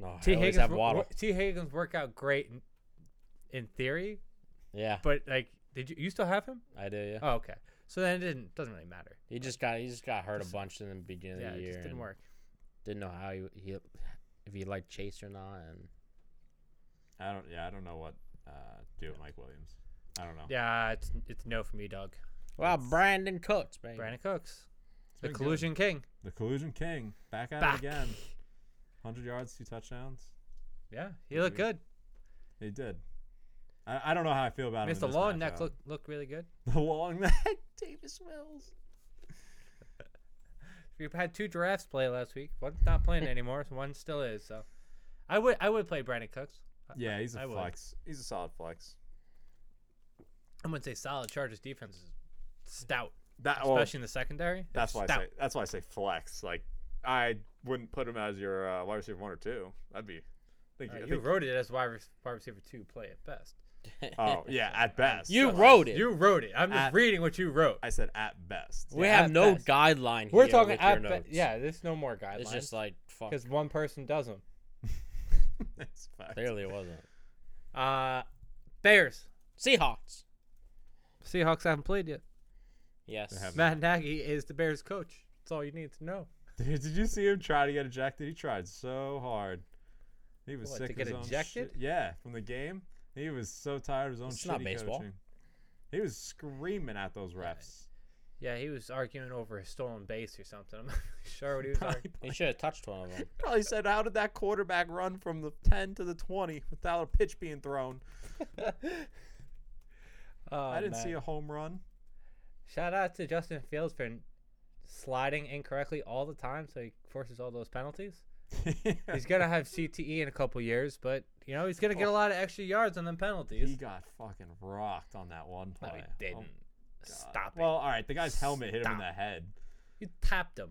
A: No,
C: T.
A: I always
C: Higgins,
A: have
C: wo-
A: Waddle.
C: wo- T. Higgins worked out great in, in theory,
A: Yeah,
C: but like, did you, you still have him?
A: I do. Yeah,
C: Oh, okay. So then it didn't doesn't really matter.
A: he just got he just got hurt a bunch in the beginning
C: yeah,
A: of the
C: it
A: year.
C: just didn't
A: and
C: work.
A: Didn't know how he, he if he liked Chase or not. And
B: I don't. Yeah, I don't know what uh, to do with Mike Williams. I don't know.
C: Yeah, it's it's no for me, Doug.
A: well, Brandon Cooks, baby.
C: Brandon Cooks, the
B: been good.
C: collusion king.
B: The collusion king back at
C: Back.
B: it again. Hundred yards, two touchdowns.
C: Yeah, he looked good.
B: He did. I, I don't know how I feel about him.
C: Missed the
B: in this
C: long neck
B: matchup.
C: looked looked really good.
B: The long neck. Davis Mills.
C: We've had two drafts play last week. One's not playing anymore. so One still is. So, I would I would play Brandon Cooks. I-
B: Yeah, he's a
C: I would.
B: flex. He's a solid flex.
C: I wouldn't say solid. Chargers defense is stout,
B: That Uh, well,
C: especially in the secondary.
B: that's
C: It's
B: why I
C: stout.
B: say that's why I say flex. Like I wouldn't put him as your uh, wide receiver one or two. That'd be. I think,
C: Uh,
B: I
C: you
B: think-
C: wrote it as wide, rec- wide receiver two play at best.
B: Oh yeah, at best.
A: you
B: So,
A: wrote it.
C: You wrote it. I'm just
B: At-
C: reading what you wrote.
B: I said at best.
A: we
C: Yeah,
A: have
C: at
A: no
C: best.
A: guideline.
C: We're
A: here
C: talking
A: with your
C: at be-
A: notes.
C: yeah. There's no more guidelines.
A: It's just like fuck.
C: because one person does them.
B: That's a fact.
A: Clearly, it wasn't.
C: Uh, Bears.
A: Seahawks.
C: Seahawks haven't played yet.
A: Yes.
B: They haven't.
C: Matt Nagy is the Bears coach. That's all you need to know.
B: Dude, did you see him try to get ejected? He tried so hard. He was
C: What,
B: sick
C: to
B: of
C: get
B: his own
C: ejected?
B: shit- Yeah, from the game. He was so tired of his own
A: It's not
B: shitty
A: baseball.
B: coaching. He was screaming at those refs.
C: Yeah, he was arguing over a stolen base or something. I'm not really sure what he was
B: Probably,
C: arguing.
A: He should have touched one of them.
B: probably said, "How did that quarterback run from the ten to the twenty without a pitch being thrown?
C: Oh,
B: I didn't see
C: man.
B: a home run."
C: Shout out to Justin Fields for sliding incorrectly all the time, so he forces all those penalties. He's gonna have CTE in a couple years, but you know he's gonna get a lot of extra yards on them penalties.
B: he got fucking rocked on that one
C: no,
B: play.
C: he
B: Oh,
C: didn't.
B: God.
C: Stop it.
B: Well, all right, the guy's helmet hit him in
C: Stop.
B: the head.
C: you tapped him.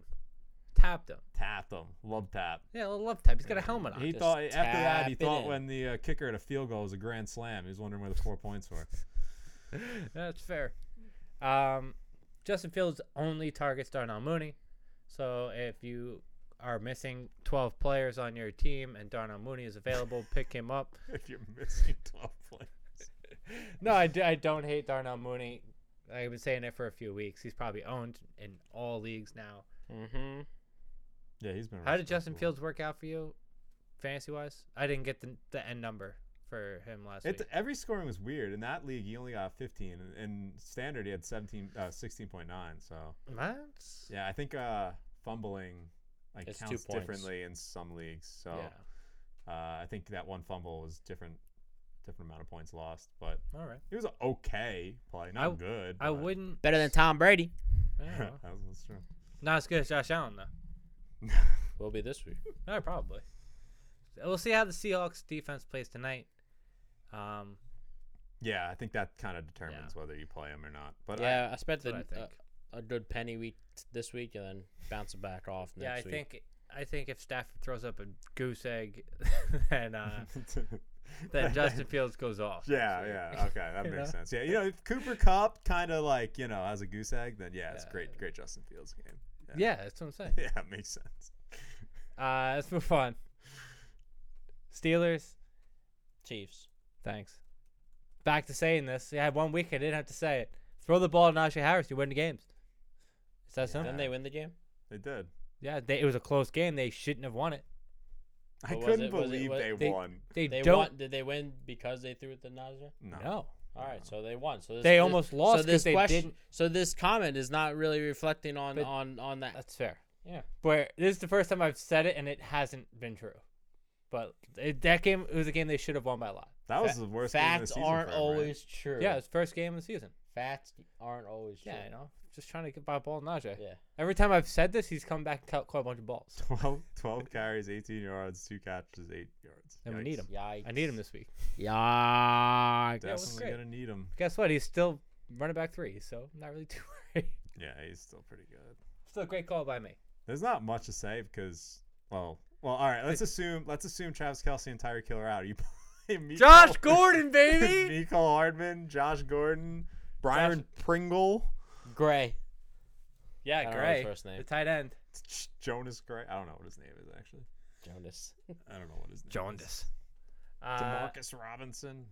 C: Tapped him.
B: Tapped him. Love tap.
C: Yeah, a little love tap. He's got a helmet on.
B: He
A: Just
B: thought after that, he
A: tap it
B: thought
A: in.
B: when the uh, kicker at a field goal was a grand slam. He was wondering where the four points were.
C: That's fair. Um, Justin Fields only targets Darnell Mooney. So if you are missing 12 players on your team and Darnell Mooney is available, pick him up.
B: if you're missing twelve points,
C: No, I, do, I don't hate Darnell Mooney. I've been saying it for a few weeks. He's probably owned in all leagues now.
A: Mm-hmm.
B: yeah, he's been.
C: How
B: rough
C: did
B: this
C: Justin
B: week.
C: Fields work out for you, fantasy wise? I didn't get the, the end number for him last
B: It,
C: week.
B: every scoring was weird. In that league, he only got 15. and In standard, he had 17, uh, 16.9. So
C: That's-
B: yeah, I think uh, fumbling like
A: It's two
B: counts
A: points.
B: differently in some leagues. So
C: yeah.
B: uh, I think that one fumble was different, different amount of points lost. But
C: All right.
B: he was an okay play, not
C: w-
B: good.
C: I
B: but-
C: wouldn't.
A: Better than Tom Brady.
C: I don't
B: that
C: know.
B: was, that's true.
C: Not as good as Josh Allen, though.
A: Will be this week.
C: No, probably. We'll see how the Seahawks defense plays tonight. Um,
B: Yeah, I think that kind of determines whether you play him or not. But I-
A: yeah, I, spent the,
C: that's what I
A: uh,
C: think.
A: a good penny week t- this week, and then bounce it back off next
C: yeah, I
A: week.
C: think I think if Stafford throws up a goose egg, then uh, then Justin Fields goes off.
B: Yeah,
C: So,
B: yeah. Okay, that
C: You
B: makes
C: know?
B: sense. Yeah, you know, if Cooper Cup kind of like you know has a goose egg, then yeah, it's
C: Yeah.
B: great, great Justin Fields game.
C: Yeah, that's what I'm saying.
B: Yeah, it makes sense.
C: Uh, let's move on. Steelers,
A: Chiefs.
C: thanks. Back to saying this. Yeah, I had one week I didn't have to say it. Throw the ball to Najee Harris. You win the games. It's that simple.
A: Didn't they win the game?
B: They did.
C: Yeah, they, it was a close game. They shouldn't have won it.
B: I
A: But was
B: couldn't
A: it- was it-
B: believe
A: was-
B: they,
C: they-
B: won.
C: They,
A: They
C: don't.
A: won. Did they win because they threw it to Najee?
B: No.
C: No.
A: All right, so they won. So this,
C: They
A: this-
C: almost lost
A: So
C: 'cause
A: this
C: they
A: question,
C: didn't-
A: so this comment is not really reflecting on
C: But-
A: on on that.
C: That's fair.
A: Yeah.
C: But this is the first time I've said it, and it hasn't been true. But it, that game it was a game they should have won by a lot.
B: That was
A: Fa-
B: the worst. game of the
A: Facts
B: season
A: aren't
B: for him, right?
A: always true.
C: Yeah, it's first game of the season.
A: facts aren't always true.
C: Yeah, you know, just trying to get by a ball, Najee.
A: Yeah.
C: Every time I've said this, he's come back and caught- caught a bunch of balls.
B: 12, 12 carries, 18 yards, two catches, 8 yards.
C: And we need him.
A: Yikes.
C: I need him this week.
A: Yikes.
C: Yeah, it was
B: Definitely
C: great.
B: going to need him.
C: Guess what? He's still running back three, so I'm not really too worried.
B: Yeah, he's still pretty good.
C: Still a great call by me.
B: There's not much to say because, well, well, all right. Let's assume let's assume Travis Kelsey and Tyreek Hill are out. You play Mecole-
C: Josh Gordon, baby.
B: Mecole Hardman, Josh Gordon, Brian Pringle,
A: Gray. I
C: yeah,
A: don't know his
C: Gray,
A: first name.
C: the tight end.
B: Jonas Gray. I don't know what his name is actually.
A: Jonas.
B: I don't know what his name. Is.
C: Jaundice. Uh,
B: Demarcus Robinson.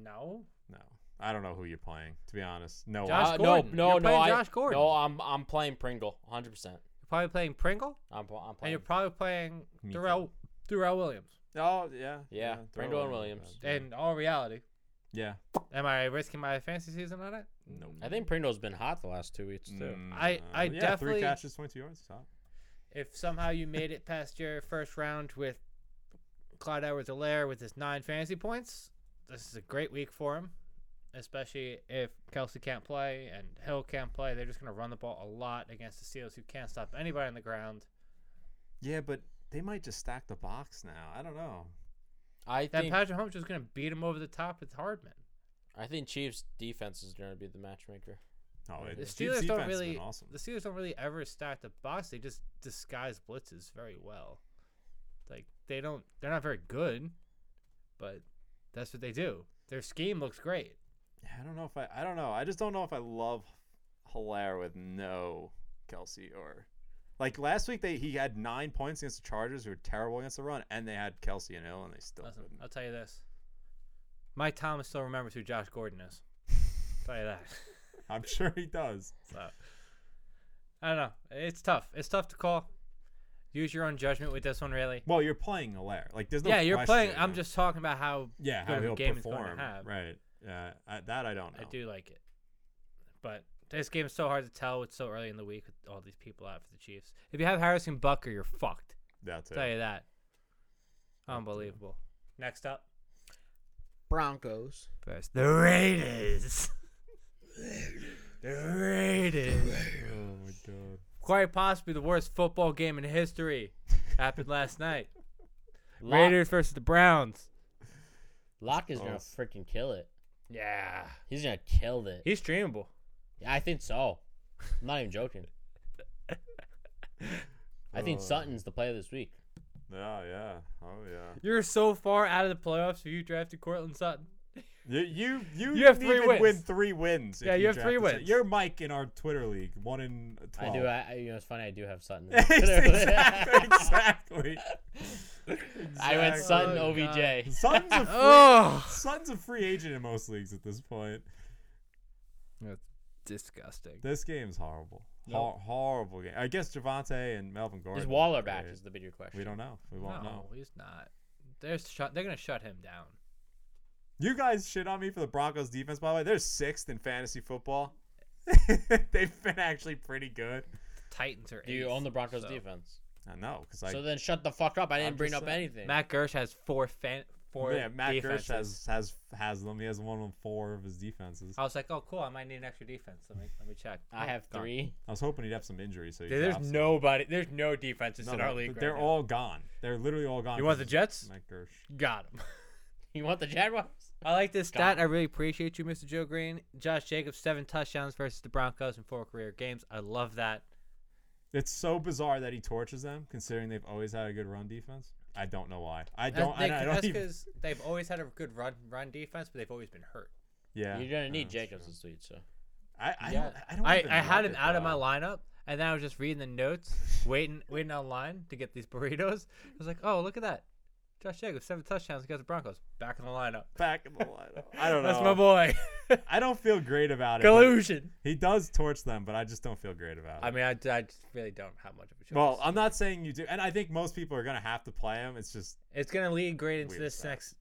C: no.
B: No, I don't know who you're playing. To be honest, no.
C: Josh-
B: I-
A: Uh, no,
C: Gordon.
A: no,
C: You're
A: no.
C: playing
A: I,
C: Josh Gordon.
A: No, I'm I'm playing Pringle, 100. percent
C: You're probably playing Pringle,
A: I'm pl- I'm
C: and
A: playing.
C: you're probably playing
B: Mika.
C: Darrell, Darrell Williams.
B: oh yeah,
A: Yeah,
B: throw
A: Pringle
B: it
A: and
B: in,
A: Williams.
B: but, yeah.
C: In all reality,
B: yeah,
C: am I risking my fantasy season on it?
B: no.
A: I think Pringle's been hot the last two weeks too.
B: Mm.
C: I- I
B: yeah,
C: definitely-
B: three catches, 22 yards. Top.
C: If somehow you made it past your first round with Clyde edwards alaire with his nine fantasy points, this is a great week for him. Especially if Kelsey can't play and Hill can't play, they're just going to run the ball a lot against the Steelers, who can't stop anybody on the ground.
B: Yeah, but they might just stack the box now. I don't know.
A: I
C: That
A: think
C: Patrick Holmes is going to beat him over the top with Hardman.
A: I think Chiefs defense is going to be the matchmaker.
B: No,
A: Yeah,
B: Oh, it,
C: The
B: Chiefs'
C: Steelers
B: defense
C: don't
B: has been
C: really,
B: Awesome.
C: the Steelers don't really ever stack the box. They just disguise blitzes very well. Like they don't, they're not very good, but that's what they do. Their scheme looks great.
B: Yeah, I don't know if I. I don't know. I just don't know if I love Hilaire with no Kelsey or like last week. They he had nine points against the Chargers, who were terrible against the run, and they had Kelsey and Hill, and they still
C: Listen,
B: couldn't.
C: I'll tell you this. Mike Thomas still remembers who Josh Gordon is. tell you that.
B: I'm sure he does.
C: So I don't know. It's tough. It's tough to call. Use your own judgment with this one, really.
B: Well, you're playing Hilaire. Like there's no.
C: yeah, you're playing.
B: question.
C: I'm just talking about how
B: yeah
C: good
B: how
C: of a
B: he'll
C: game he's going to
B: perform.
C: have.
B: Right. Yeah, I, that I don't know.
C: I do like it. But this game is so hard to tell. It's so early in the week with all these people out for the Chiefs. If you have Harrison Bucker, you're fucked.
B: That's
C: Tell
B: it.
C: you that. Unbelievable. Next up.
A: Broncos.
C: First, the Raiders. the Raiders.
B: Oh my god.
C: Quite possibly the worst football game in history happened last night. Raiders versus the Browns.
A: Locke is
B: Oh.
A: gonna freaking kill it.
C: Yeah.
A: He's gonna kill it.
C: He's streamable.
A: Yeah, I think so. I'm not even joking. I think
B: Oh.
A: Sutton's the play this week.
B: Yeah, yeah. Oh yeah.
C: You're so far out of the playoffs if you drafted Cortland Sutton.
B: You you you,
C: You have
B: didn't
C: three
B: even
C: wins.
B: win three wins. if
C: Yeah, you have
B: draft
C: three
B: this-
C: wins.
B: You're Mike in our Twitter league, one in twelve.
A: I do. I, I- you know, it's funny. I do have Sutton.
B: exactly. exactly.
A: I went Sutton
C: Oh,
A: OBJ.
B: Sutton's a free,
C: Oh.
B: Sutton's a free agent in most leagues at this point.
C: That's disgusting.
B: This game's horrible. Hor- horrible game. I guess Javante and Melvin Gordon.
A: Is Waller
B: are
A: back?
B: great.
A: Is the bigger question.
B: We don't know. We won't
C: no,
B: know.
C: he's not. They're shut. They're gonna shut him down.
B: You guys shit on me for the Broncos defense, by the way. They're sixth in fantasy football. They've been actually pretty good.
C: Titans are.
A: Do you
C: eighth,
A: own the Broncos
C: so-
A: defense?
B: I know, because I
A: so then shut the fuck up. I didn't
B: I'm
A: bring
B: just
A: up
B: saying.
A: anything.
C: Matt Gersh has four fan. Four.
B: yeah, Matt
C: defenses.
B: Gersh has has has them. He has one on four of his defenses.
C: I was like, oh, cool. I might need an extra defense. Let me let me check.
A: I
C: Oh,
A: have
C: gone.
A: three.
B: I was hoping he'd have some injuries. So he
C: Dude, there's
B: drops
C: nobody. There's no defenses
B: No,
C: in our
B: no,
C: league.
B: They're
C: right now.
B: all gone. They're literally all gone.
C: You want the
B: 'cause
C: Jets?
B: Matt Gersh.
C: Got him.
A: You want the Jaguars?
C: I like this
A: Got
C: stat. I really appreciate you, Mr. Joe Green. Josh Jacobs, seven touchdowns versus the Broncos in four career games. I love that.
B: It's so bizarre that he torches them, considering they've always had a good run defense. I don't know why. I don't. I,
C: That's- they-
B: I don't
C: that's
B: even.
C: because they've always had a good run run defense, but they've always been hurt.
B: Yeah,
A: You're gonna
B: yeah,
A: need
B: that's
A: Jacobs
B: true.
A: this week. So
B: I I
C: Yeah.
B: don't. I, don't
C: I,
B: even
C: I
B: love
C: had him
B: it,
C: out of my
B: though.
C: lineup, and then I was just reading the notes, waiting waiting online to get these burritos. I was like, oh, look at that. Josh Jacobs, seven touchdowns against the Broncos. Back in the lineup.
B: Back in the lineup. I don't know.
C: That's my boy.
B: I don't feel great about it. but
C: Collusion.
B: He does torch them, but I just don't feel great about it.
C: I mean, I, I just really don't have much of a choice.
B: well, uh, I'm not saying you do, and I think most people are gonna have to play him. It's just
C: It's gonna lead great into
B: Weird
C: this
B: stuff.
C: next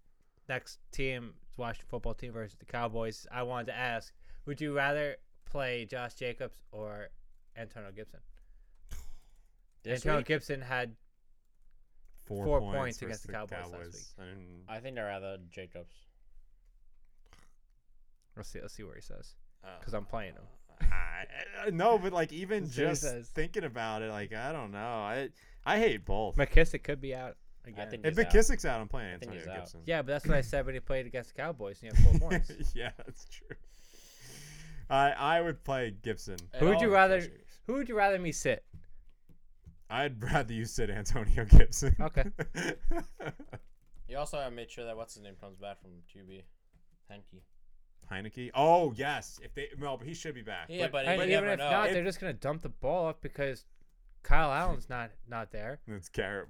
C: next team, Washington football team versus the Cowboys. I wanted to ask, would you rather play Josh Jacobs or Antonio Gibson?
A: This
C: Antonio
A: week,
C: Gibson had
B: four,
C: Four
B: points,
C: points
B: versus
C: against the Cowboys last week. Uh,
B: I mean,
A: I think I'd rather Jacobs.
C: let's see let's see where he says.
B: uh,
C: 'Cause I'm playing him.
B: I, I- no, but like even
C: That's what he
B: just
C: says.
B: thinking about it, like I don't know. I I hate both.
C: McKissick could be out again.
A: think-
B: if
A: he's out.
B: McKissick's out, I'm playing
A: I think
B: Antonio
A: he's out.
B: Gibson.
C: yeah, but that's what I said when he played against the Cowboys and he had four points.
B: yeah, that's true. I I would play Gibson.
C: Who would you
A: all
C: rather
A: pitchers.
C: who would you rather me sit?
B: I'd rather you sit Antonio Gibson.
C: Okay.
A: You also have to make sure that what's his name comes back from QB. Henke.
B: Heineke. Oh yes. If they no, but he should be back.
A: Yeah, but,
C: And
A: you
C: even
A: never
C: if
A: know.
C: not,
B: If-
C: they're just gonna dump the ball up because Kyle Allen's not not there.
B: it's Garrett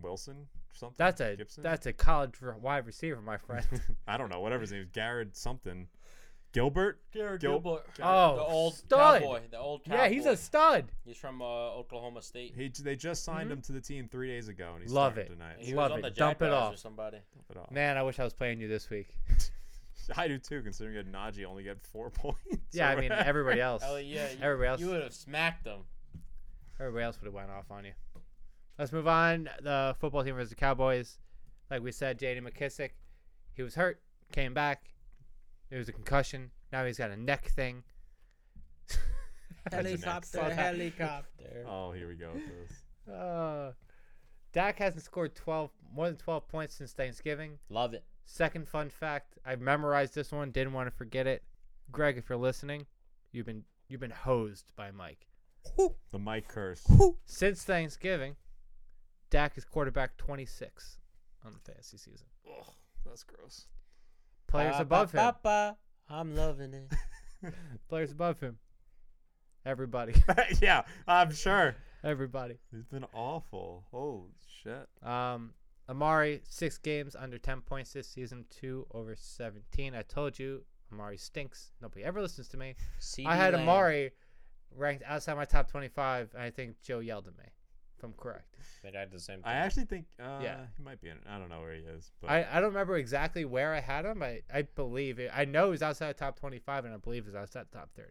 B: Wilson or something.
C: That's a
B: Gibson?
C: that's a college re- wide receiver, my friend.
B: I don't know. Whatever his name is, Garrett something. Gilbert.
A: Garrett
B: Gil-
A: Gilmore.
C: Oh,
A: the old
C: stud.
A: cowboy. The old cowboy.
C: yeah, he's a stud.
A: He's from uh, Oklahoma State.
B: He j- they just signed him to the team three days ago, and he's
C: Mm-hmm. Love
B: starting
C: it.
B: tonight.
A: He
C: Love
A: was on
C: it.
A: the
C: Dump it
A: Jaguars
C: off.
A: or somebody.
B: But, uh,
C: Man, I wish I was playing you this week.
B: I do too, considering you had Najee only get four points.
C: Yeah,
B: or
C: I mean
B: whatever.
C: everybody else.
A: Oh yeah, you-
C: Everybody else.
A: You would have smacked them.
C: Everybody else would have went off on you. Let's move on. The football team versus the Cowboys. Like we said, J.D. McKissick, he was hurt, came back. It was a concussion. Now he's got a neck thing.
B: Helicopter,
A: helicopter.
B: Oh, here we go with this.
C: Uh, Dak hasn't scored 12 more than 12 points since Thanksgiving.
A: Love it.
C: Second fun fact, I memorized this one, didn't want to forget it. Greg, if you're listening, you've been you've been hosed by Mike.
B: The Mike curse.
C: Since Thanksgiving, Dak is quarterback 26 on the fantasy season.
B: Ugh, that's gross.
C: Players
A: Ba,
C: above
A: ba,
C: him.
A: ba, ba. I'm loving it.
C: Players above him. Everybody.
B: yeah, I'm sure.
C: Everybody.
B: He's been awful. Holy shit.
C: Um, Amari, six games under 10 points this season, two over 17. I told you, Amari stinks. Nobody ever listens to me.
A: CD
C: I had
A: Lamb.
C: Amari ranked outside my top 25, and I think Joe yelled at me, if I'm correct.
A: I think I did the same thing.
B: I actually think uh,
C: Yeah.
B: he might be in it. I don't know where he is, but
C: I, I don't remember exactly where I had him. I, I believe it. I know he's outside the top 25, and I believe he's outside the top 30.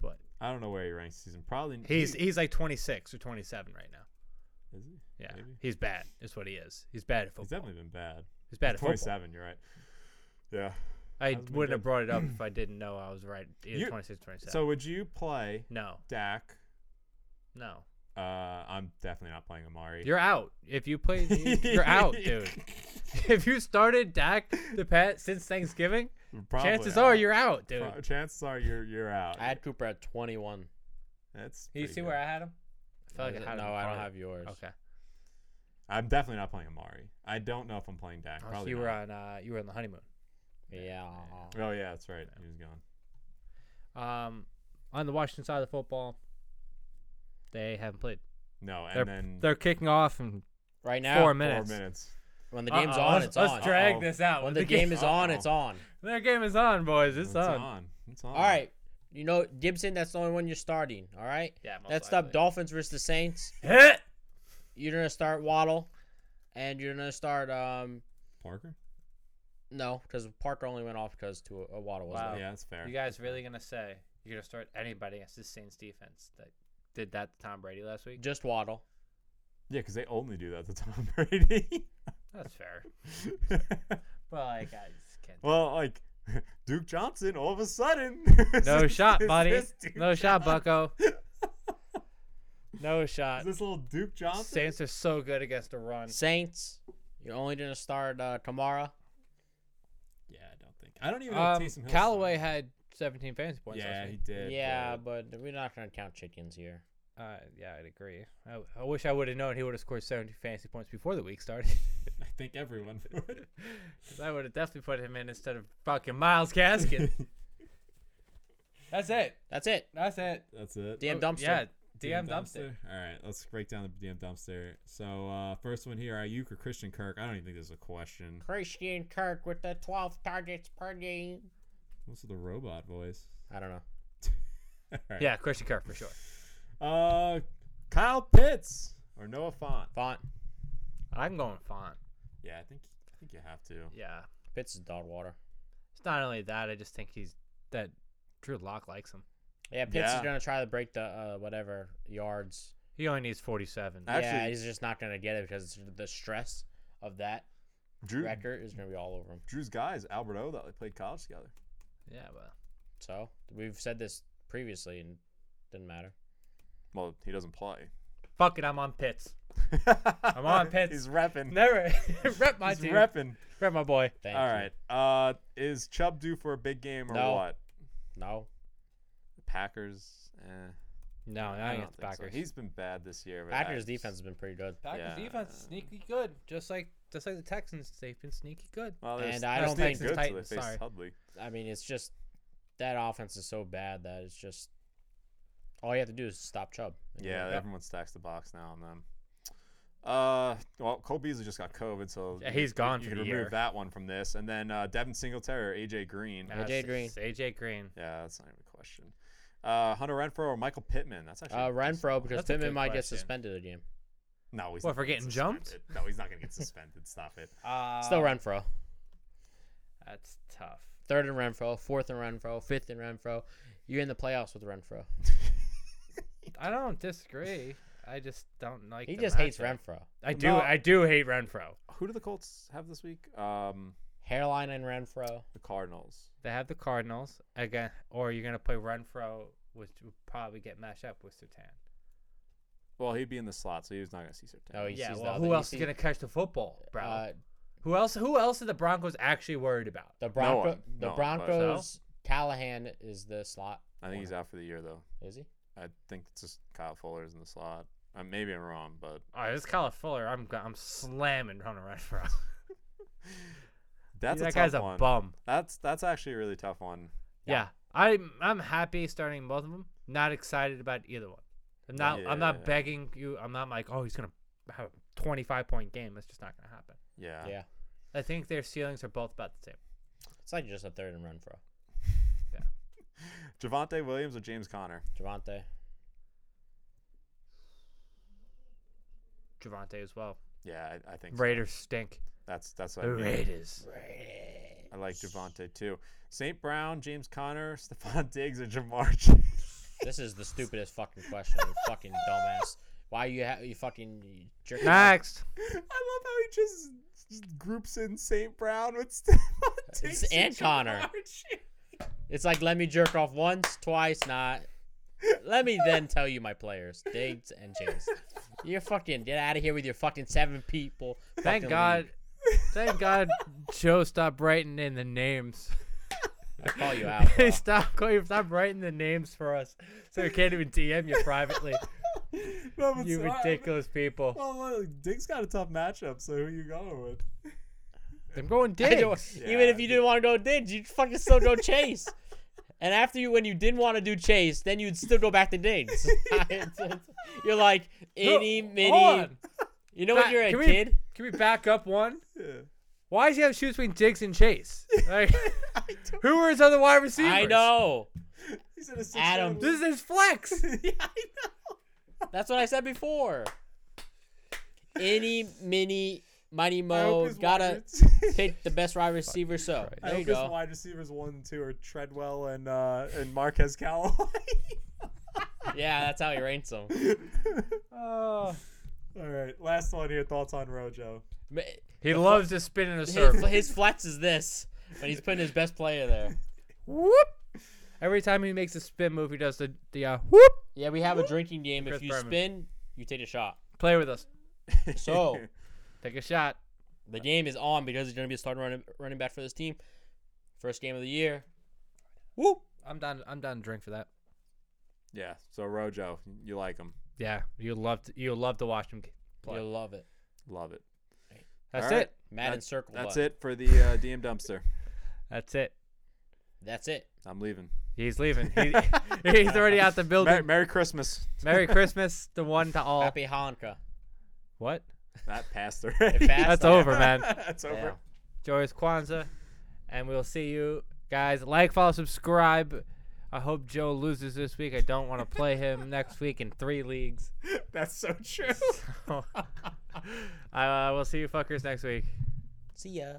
C: But
B: I don't know where he ranks. He's in probably
C: he's e-
B: he-
C: he's like 26 or 27 right now.
B: is he?
C: Yeah,
B: Maybe.
C: he's bad. Is what he is. He's bad at football.
B: He's definitely been bad.
C: He's bad at football.
B: 27. You're right. Yeah.
C: I
B: Hasn't been
C: wouldn't have
B: good.
C: brought it up if I didn't know I was right. Either
B: You-
C: 26, 27.
B: So would you play
C: no,
B: Dak?
C: no,
B: Uh, I'm definitely not playing Amari.
C: you're out. If you play, you're out, dude. If you started Dak the pet since Thanksgiving,
B: Probably
C: chances
B: out.
C: are you're out, dude.
B: Pro- chances are you're you're out.
A: I had Cooper at 21.
B: That's
C: you
B: pretty
C: see
B: good.
C: where I had him? I felt
A: Is
C: like
A: it-
C: I had him
A: no, I don't
C: farther.
A: have yours.
C: Okay.
B: I'm definitely not playing Amari. I don't know if I'm playing Dak.
C: Oh, so
B: Probably
C: you were
B: not.
C: on. Uh, you were on the honeymoon.
A: Yeah.
B: Oh yeah, that's right. He was gone.
C: Um, on the Washington side of the football, they haven't played.
B: No, and
C: They're
B: then
C: they're kicking off in
A: Right now,
C: four
B: four
C: minutes.
B: minutes.
A: when the game's
C: Uh-oh,
A: on,
C: let's,
A: it's
C: let's
A: on.
C: drag
B: Uh-oh.
C: this out.
A: When the game is on,
B: Uh-oh.
A: it's on.
C: their game is on, boys. It's,
B: It's
C: on.
B: on. It's on.
A: All right. You know, Gibson, that's the only one you're starting. All right.
C: Yeah, most
A: That's the
C: likely.
A: Dolphins versus the Saints.
C: Hit.
A: You're going to start Waddle, and you're going to start. um
B: Parker.
A: No, because Parker only went off because to a, Waddle was
C: Wow.
A: there.
B: Yeah, that's fair.
C: Oh, You guys really gonna say you're gonna start anybody against the Saints defense that did that to Tom Brady last week?
A: Just Waddle.
B: Yeah, because they only do that to Tom Brady.
C: That's fair. Well, like I just can't.
B: well, like Duke Johnson, all of a sudden.
C: No
B: is
C: shot,
B: this-
C: buddy.
B: is this Duke
C: No shot,
B: Johnson?
C: Bucko. No
B: Is
C: shot.
B: this little Duke Johnson?
C: Saints are so good against the run.
A: Saints, you're only going to start uh, Kamara.
B: Yeah, I don't think. I don't even know. if
C: Um,
B: Taysom Hill's
C: Callaway
B: signed.
C: had 17 fantasy points
B: Yeah,
C: last
B: he
C: week.
B: did.
A: yeah,
B: but-
A: but we're not going to count chickens here.
C: Uh, yeah, I'd agree. I, I wish I would have known he would have scored 70 fantasy points before the week started.
B: I think everyone would.
C: 'Cause I would have definitely put him in instead of fucking Miles Gaskin. That's it.
A: That's it.
C: That's it.
B: That's it.
A: Damn
C: Oh,
A: dumpster.
C: Yeah, DM dumpster.
B: All right, let's break down the DM dumpster. So uh, first one here, Ayuk or Christian Kirk? I don't even think there's a question.
A: Christian Kirk with the 12 targets per game.
B: What's with the robot voice?
A: I don't know.
B: All right.
C: Yeah, Christian Kirk for sure.
B: Uh, Kyle Pitts or Noah Font?
A: Font.
C: I'm going Font.
B: Yeah, I think I think you have to.
C: Yeah.
A: Pitts is dog water.
C: It's not only that. I just think he's that Drew Lock likes him.
A: Yeah, Pitts
B: Yeah.
A: is gonna try to break the uh, whatever yards.
C: He only needs 47.
B: I-
A: yeah,
B: Actually-
A: he's just not gonna get it because it's the stress of that
B: Drew
A: record is gonna be all over him.
B: Drew's guys, Albert O, that they played college together.
C: yeah, well,
A: So we've said this previously and didn't matter.
B: Well, he doesn't play.
C: fuck it. I'm on Pitts. I'm on Pitts.
B: He's repping.
C: Never rep my
B: He's
C: team.
B: repping.
C: rep my boy.
A: Thank
B: All
A: you.
B: right. Uh, is Chubb due for a big game or
A: No.
B: what?
A: No.
B: Packers. Eh,
C: No,
B: I don't
C: I think it's
B: think so.
C: Packers.
B: He's been bad this year. but
A: Packers
B: I-
A: defense has been pretty good.
C: Packers
B: Yeah.
C: defense is sneaky good, just like just like the Texans. They've been sneaky good.
B: Well, they're-
A: And I
B: they're
A: don't
B: sneaking
A: think-
B: good till
C: Titans,
B: they face
C: sorry.
B: Hudley.
A: I mean, it's just that offense is so bad that it's just all you have to do is stop Chubb. and you're
B: Yeah,
A: good.
B: everyone stacks the box now on them. Uh, well, Cole Beasley just got COVID, so
C: Yeah,
B: you-
C: he's gone
B: You,
C: for
B: can
C: the
B: remove
C: year.
B: that one from this, and then uh, Devin Singletary or AJ Green.
A: AJ Green.
C: AJ Green.
B: Yeah, that's not even a question. Uh, Hunter Renfro or Michael Pittman? That's actually
A: Uh,
B: a decent
A: Renfro
B: one.
A: because
C: That's a
A: Pittman
C: good
A: might get
C: question.
A: suspended again.
B: No, he's
C: What,
B: not
C: for
B: gonna get
C: getting jumped?
B: suspended. No, he's not gonna get suspended. Stop it.
C: Uh,
A: Still
B: Um,
A: Renfro.
C: That's tough.
A: Third and Renfro, fourth and Renfro, fifth and Renfro. You're in the playoffs with Renfro.
C: I don't disagree. I just don't like.
A: He
C: the
A: just hates
C: matchup.
A: Renfro.
C: I do.
B: No.
C: I do hate Renfro.
B: Who do the Colts have this week? Um,
A: Hairline Uh, and Renfro.
B: the Cardinals.
C: They have the Cardinals again, or you're gonna play Renfro, which would probably get matched up with Sertan.
B: Well, he'd be in the slot, so he's not gonna see Sertan.
A: Oh, he
C: Yeah.
A: sees the
C: Well,
A: other-
C: who
A: he
C: else
A: sees-
C: is gonna catch the football, bro?
A: Uh,
C: who else? Who else are the Broncos actually worried about?
A: the Bronco,
B: one.
A: the
B: No one, but-
A: Broncos. Callahan is the slot.
B: I think he's
A: corner.
B: out for the year though.
A: Is he?
B: I think it's just Kyle Fuller's in the slot. Uh, maybe I'm wrong, but
C: All right, Oh, this Kyle Fuller. I'm go- I'm slamming Hunter Renfro.
B: that's
C: that
B: a
C: guy's
B: tough
C: a
B: one.
C: bum.
B: That's that's actually a really tough one.
C: Yeah.
A: Yeah.
C: I'm I'm happy starting both of them. Not excited about either one. I'm not I'm
B: Yeah.
C: not begging you. I'm not like oh he's gonna have a 25 point game. That's just not gonna happen.
B: Yeah.
A: Yeah.
C: I think their ceilings are both about the same.
A: It's like just a third and Renfro.
B: Javante Williams or James Conner?
A: Javante.
C: Javante as well.
B: Yeah, I, I think so.
C: Raiders stink.
B: that's that's what I
C: The
B: mean.
C: Raiders.
B: I like Javante too. St. Brown, James Conner, Stephon Diggs, or Jamar Chase?
A: This is the stupidest fucking question. you fucking dumbass. Why you ha- you fucking jerk?
C: Next.
B: I love how he just, just groups in St. Brown with Stephon Diggs
A: and Connor.
B: Ja'Marr Chase.
A: It's like let me jerk off once, twice, not. Let me then tell you my players, Diggs and Chase. You're fucking get out of here with your fucking seven people. fucking
C: Thank
A: league.
C: God. Thank God Joe stopped writing in the names.
A: I call you out. bro.
C: stop going stop writing the names for us. So we can't even DM you privately.
B: No, but
C: you
B: so- I-
C: ridiculous people.
B: Well, look, Diggs got a tough matchup, so who you going with?
C: I'm going
A: I don't-
C: Diggs.
B: Yeah,
A: Even if you didn't want to go Diggs, you'd fucking still go Chase. and after you, when you didn't want to do Chase, then you'd still go back to Diggs. you're like itty
C: No,
A: mini.
C: hold on.
A: You know when
C: Back-
A: you're a
C: can we-
A: kid.
C: Can we back up one?
B: Yeah.
C: Why does he have to choose between Diggs and Chase? Like, who are his other wide receivers?
A: I know.
B: He's in a six
A: Adam.
B: round
C: This is his flex.
B: league. yeah, I know.
A: That's what I said before. Any mini mighty
B: I hope
A: mo
B: his
A: gotta
B: wide rec-
A: pick the best wide receiver. So
C: Christ.
A: there
B: I
A: you
B: hope his
A: go.
B: wide receivers one and two are Treadwell and uh, and Marquez Callaway.
A: Yeah, that's how he ranks them.
C: Oh.
B: All right, last one here. Thoughts on Rojo?
A: Ma-
C: He loves to spin in a
A: His,
C: circle.
A: his flex is this when he's putting his best player there.
C: whoop. Every time he makes a spin move, he does the, the uh, whoop.
A: Yeah, we have a drinking game. If
C: Chris
A: you
C: Berman.
A: spin, you take a shot.
C: Play with us.
A: So
C: Take a shot.
A: the game is on because he's gonna be a starting running running back for this team. First game of the year.
C: Whoop. I'm done. I'm done. Drink for that.
B: yeah, so Rojo, you like him?
C: Yeah, you love to, you love to watch him play.
A: You'll love it.
B: Love it.
C: That's
B: All right.
C: it.
A: Madden circle.
B: That's
A: button.
B: it for the uh, DM dumpster.
C: That's it.
A: That's it.
B: I'm leaving.
C: He's leaving. He, he's already out the building.
B: Merry, Merry Christmas.
C: Merry Christmas, the one to all.
A: Happy Hanukkah.
C: What?
B: That passed already.
A: passed.
C: That's over, man.
B: That's over.
A: Yeah.
C: Joyous Kwanzaa, and we'll see you guys. Like, follow, subscribe. I hope Joe loses this week. I don't want to play him next week in three leagues.
B: That's so true.
C: So, uh, we'll see you fuckers next week.
A: See ya.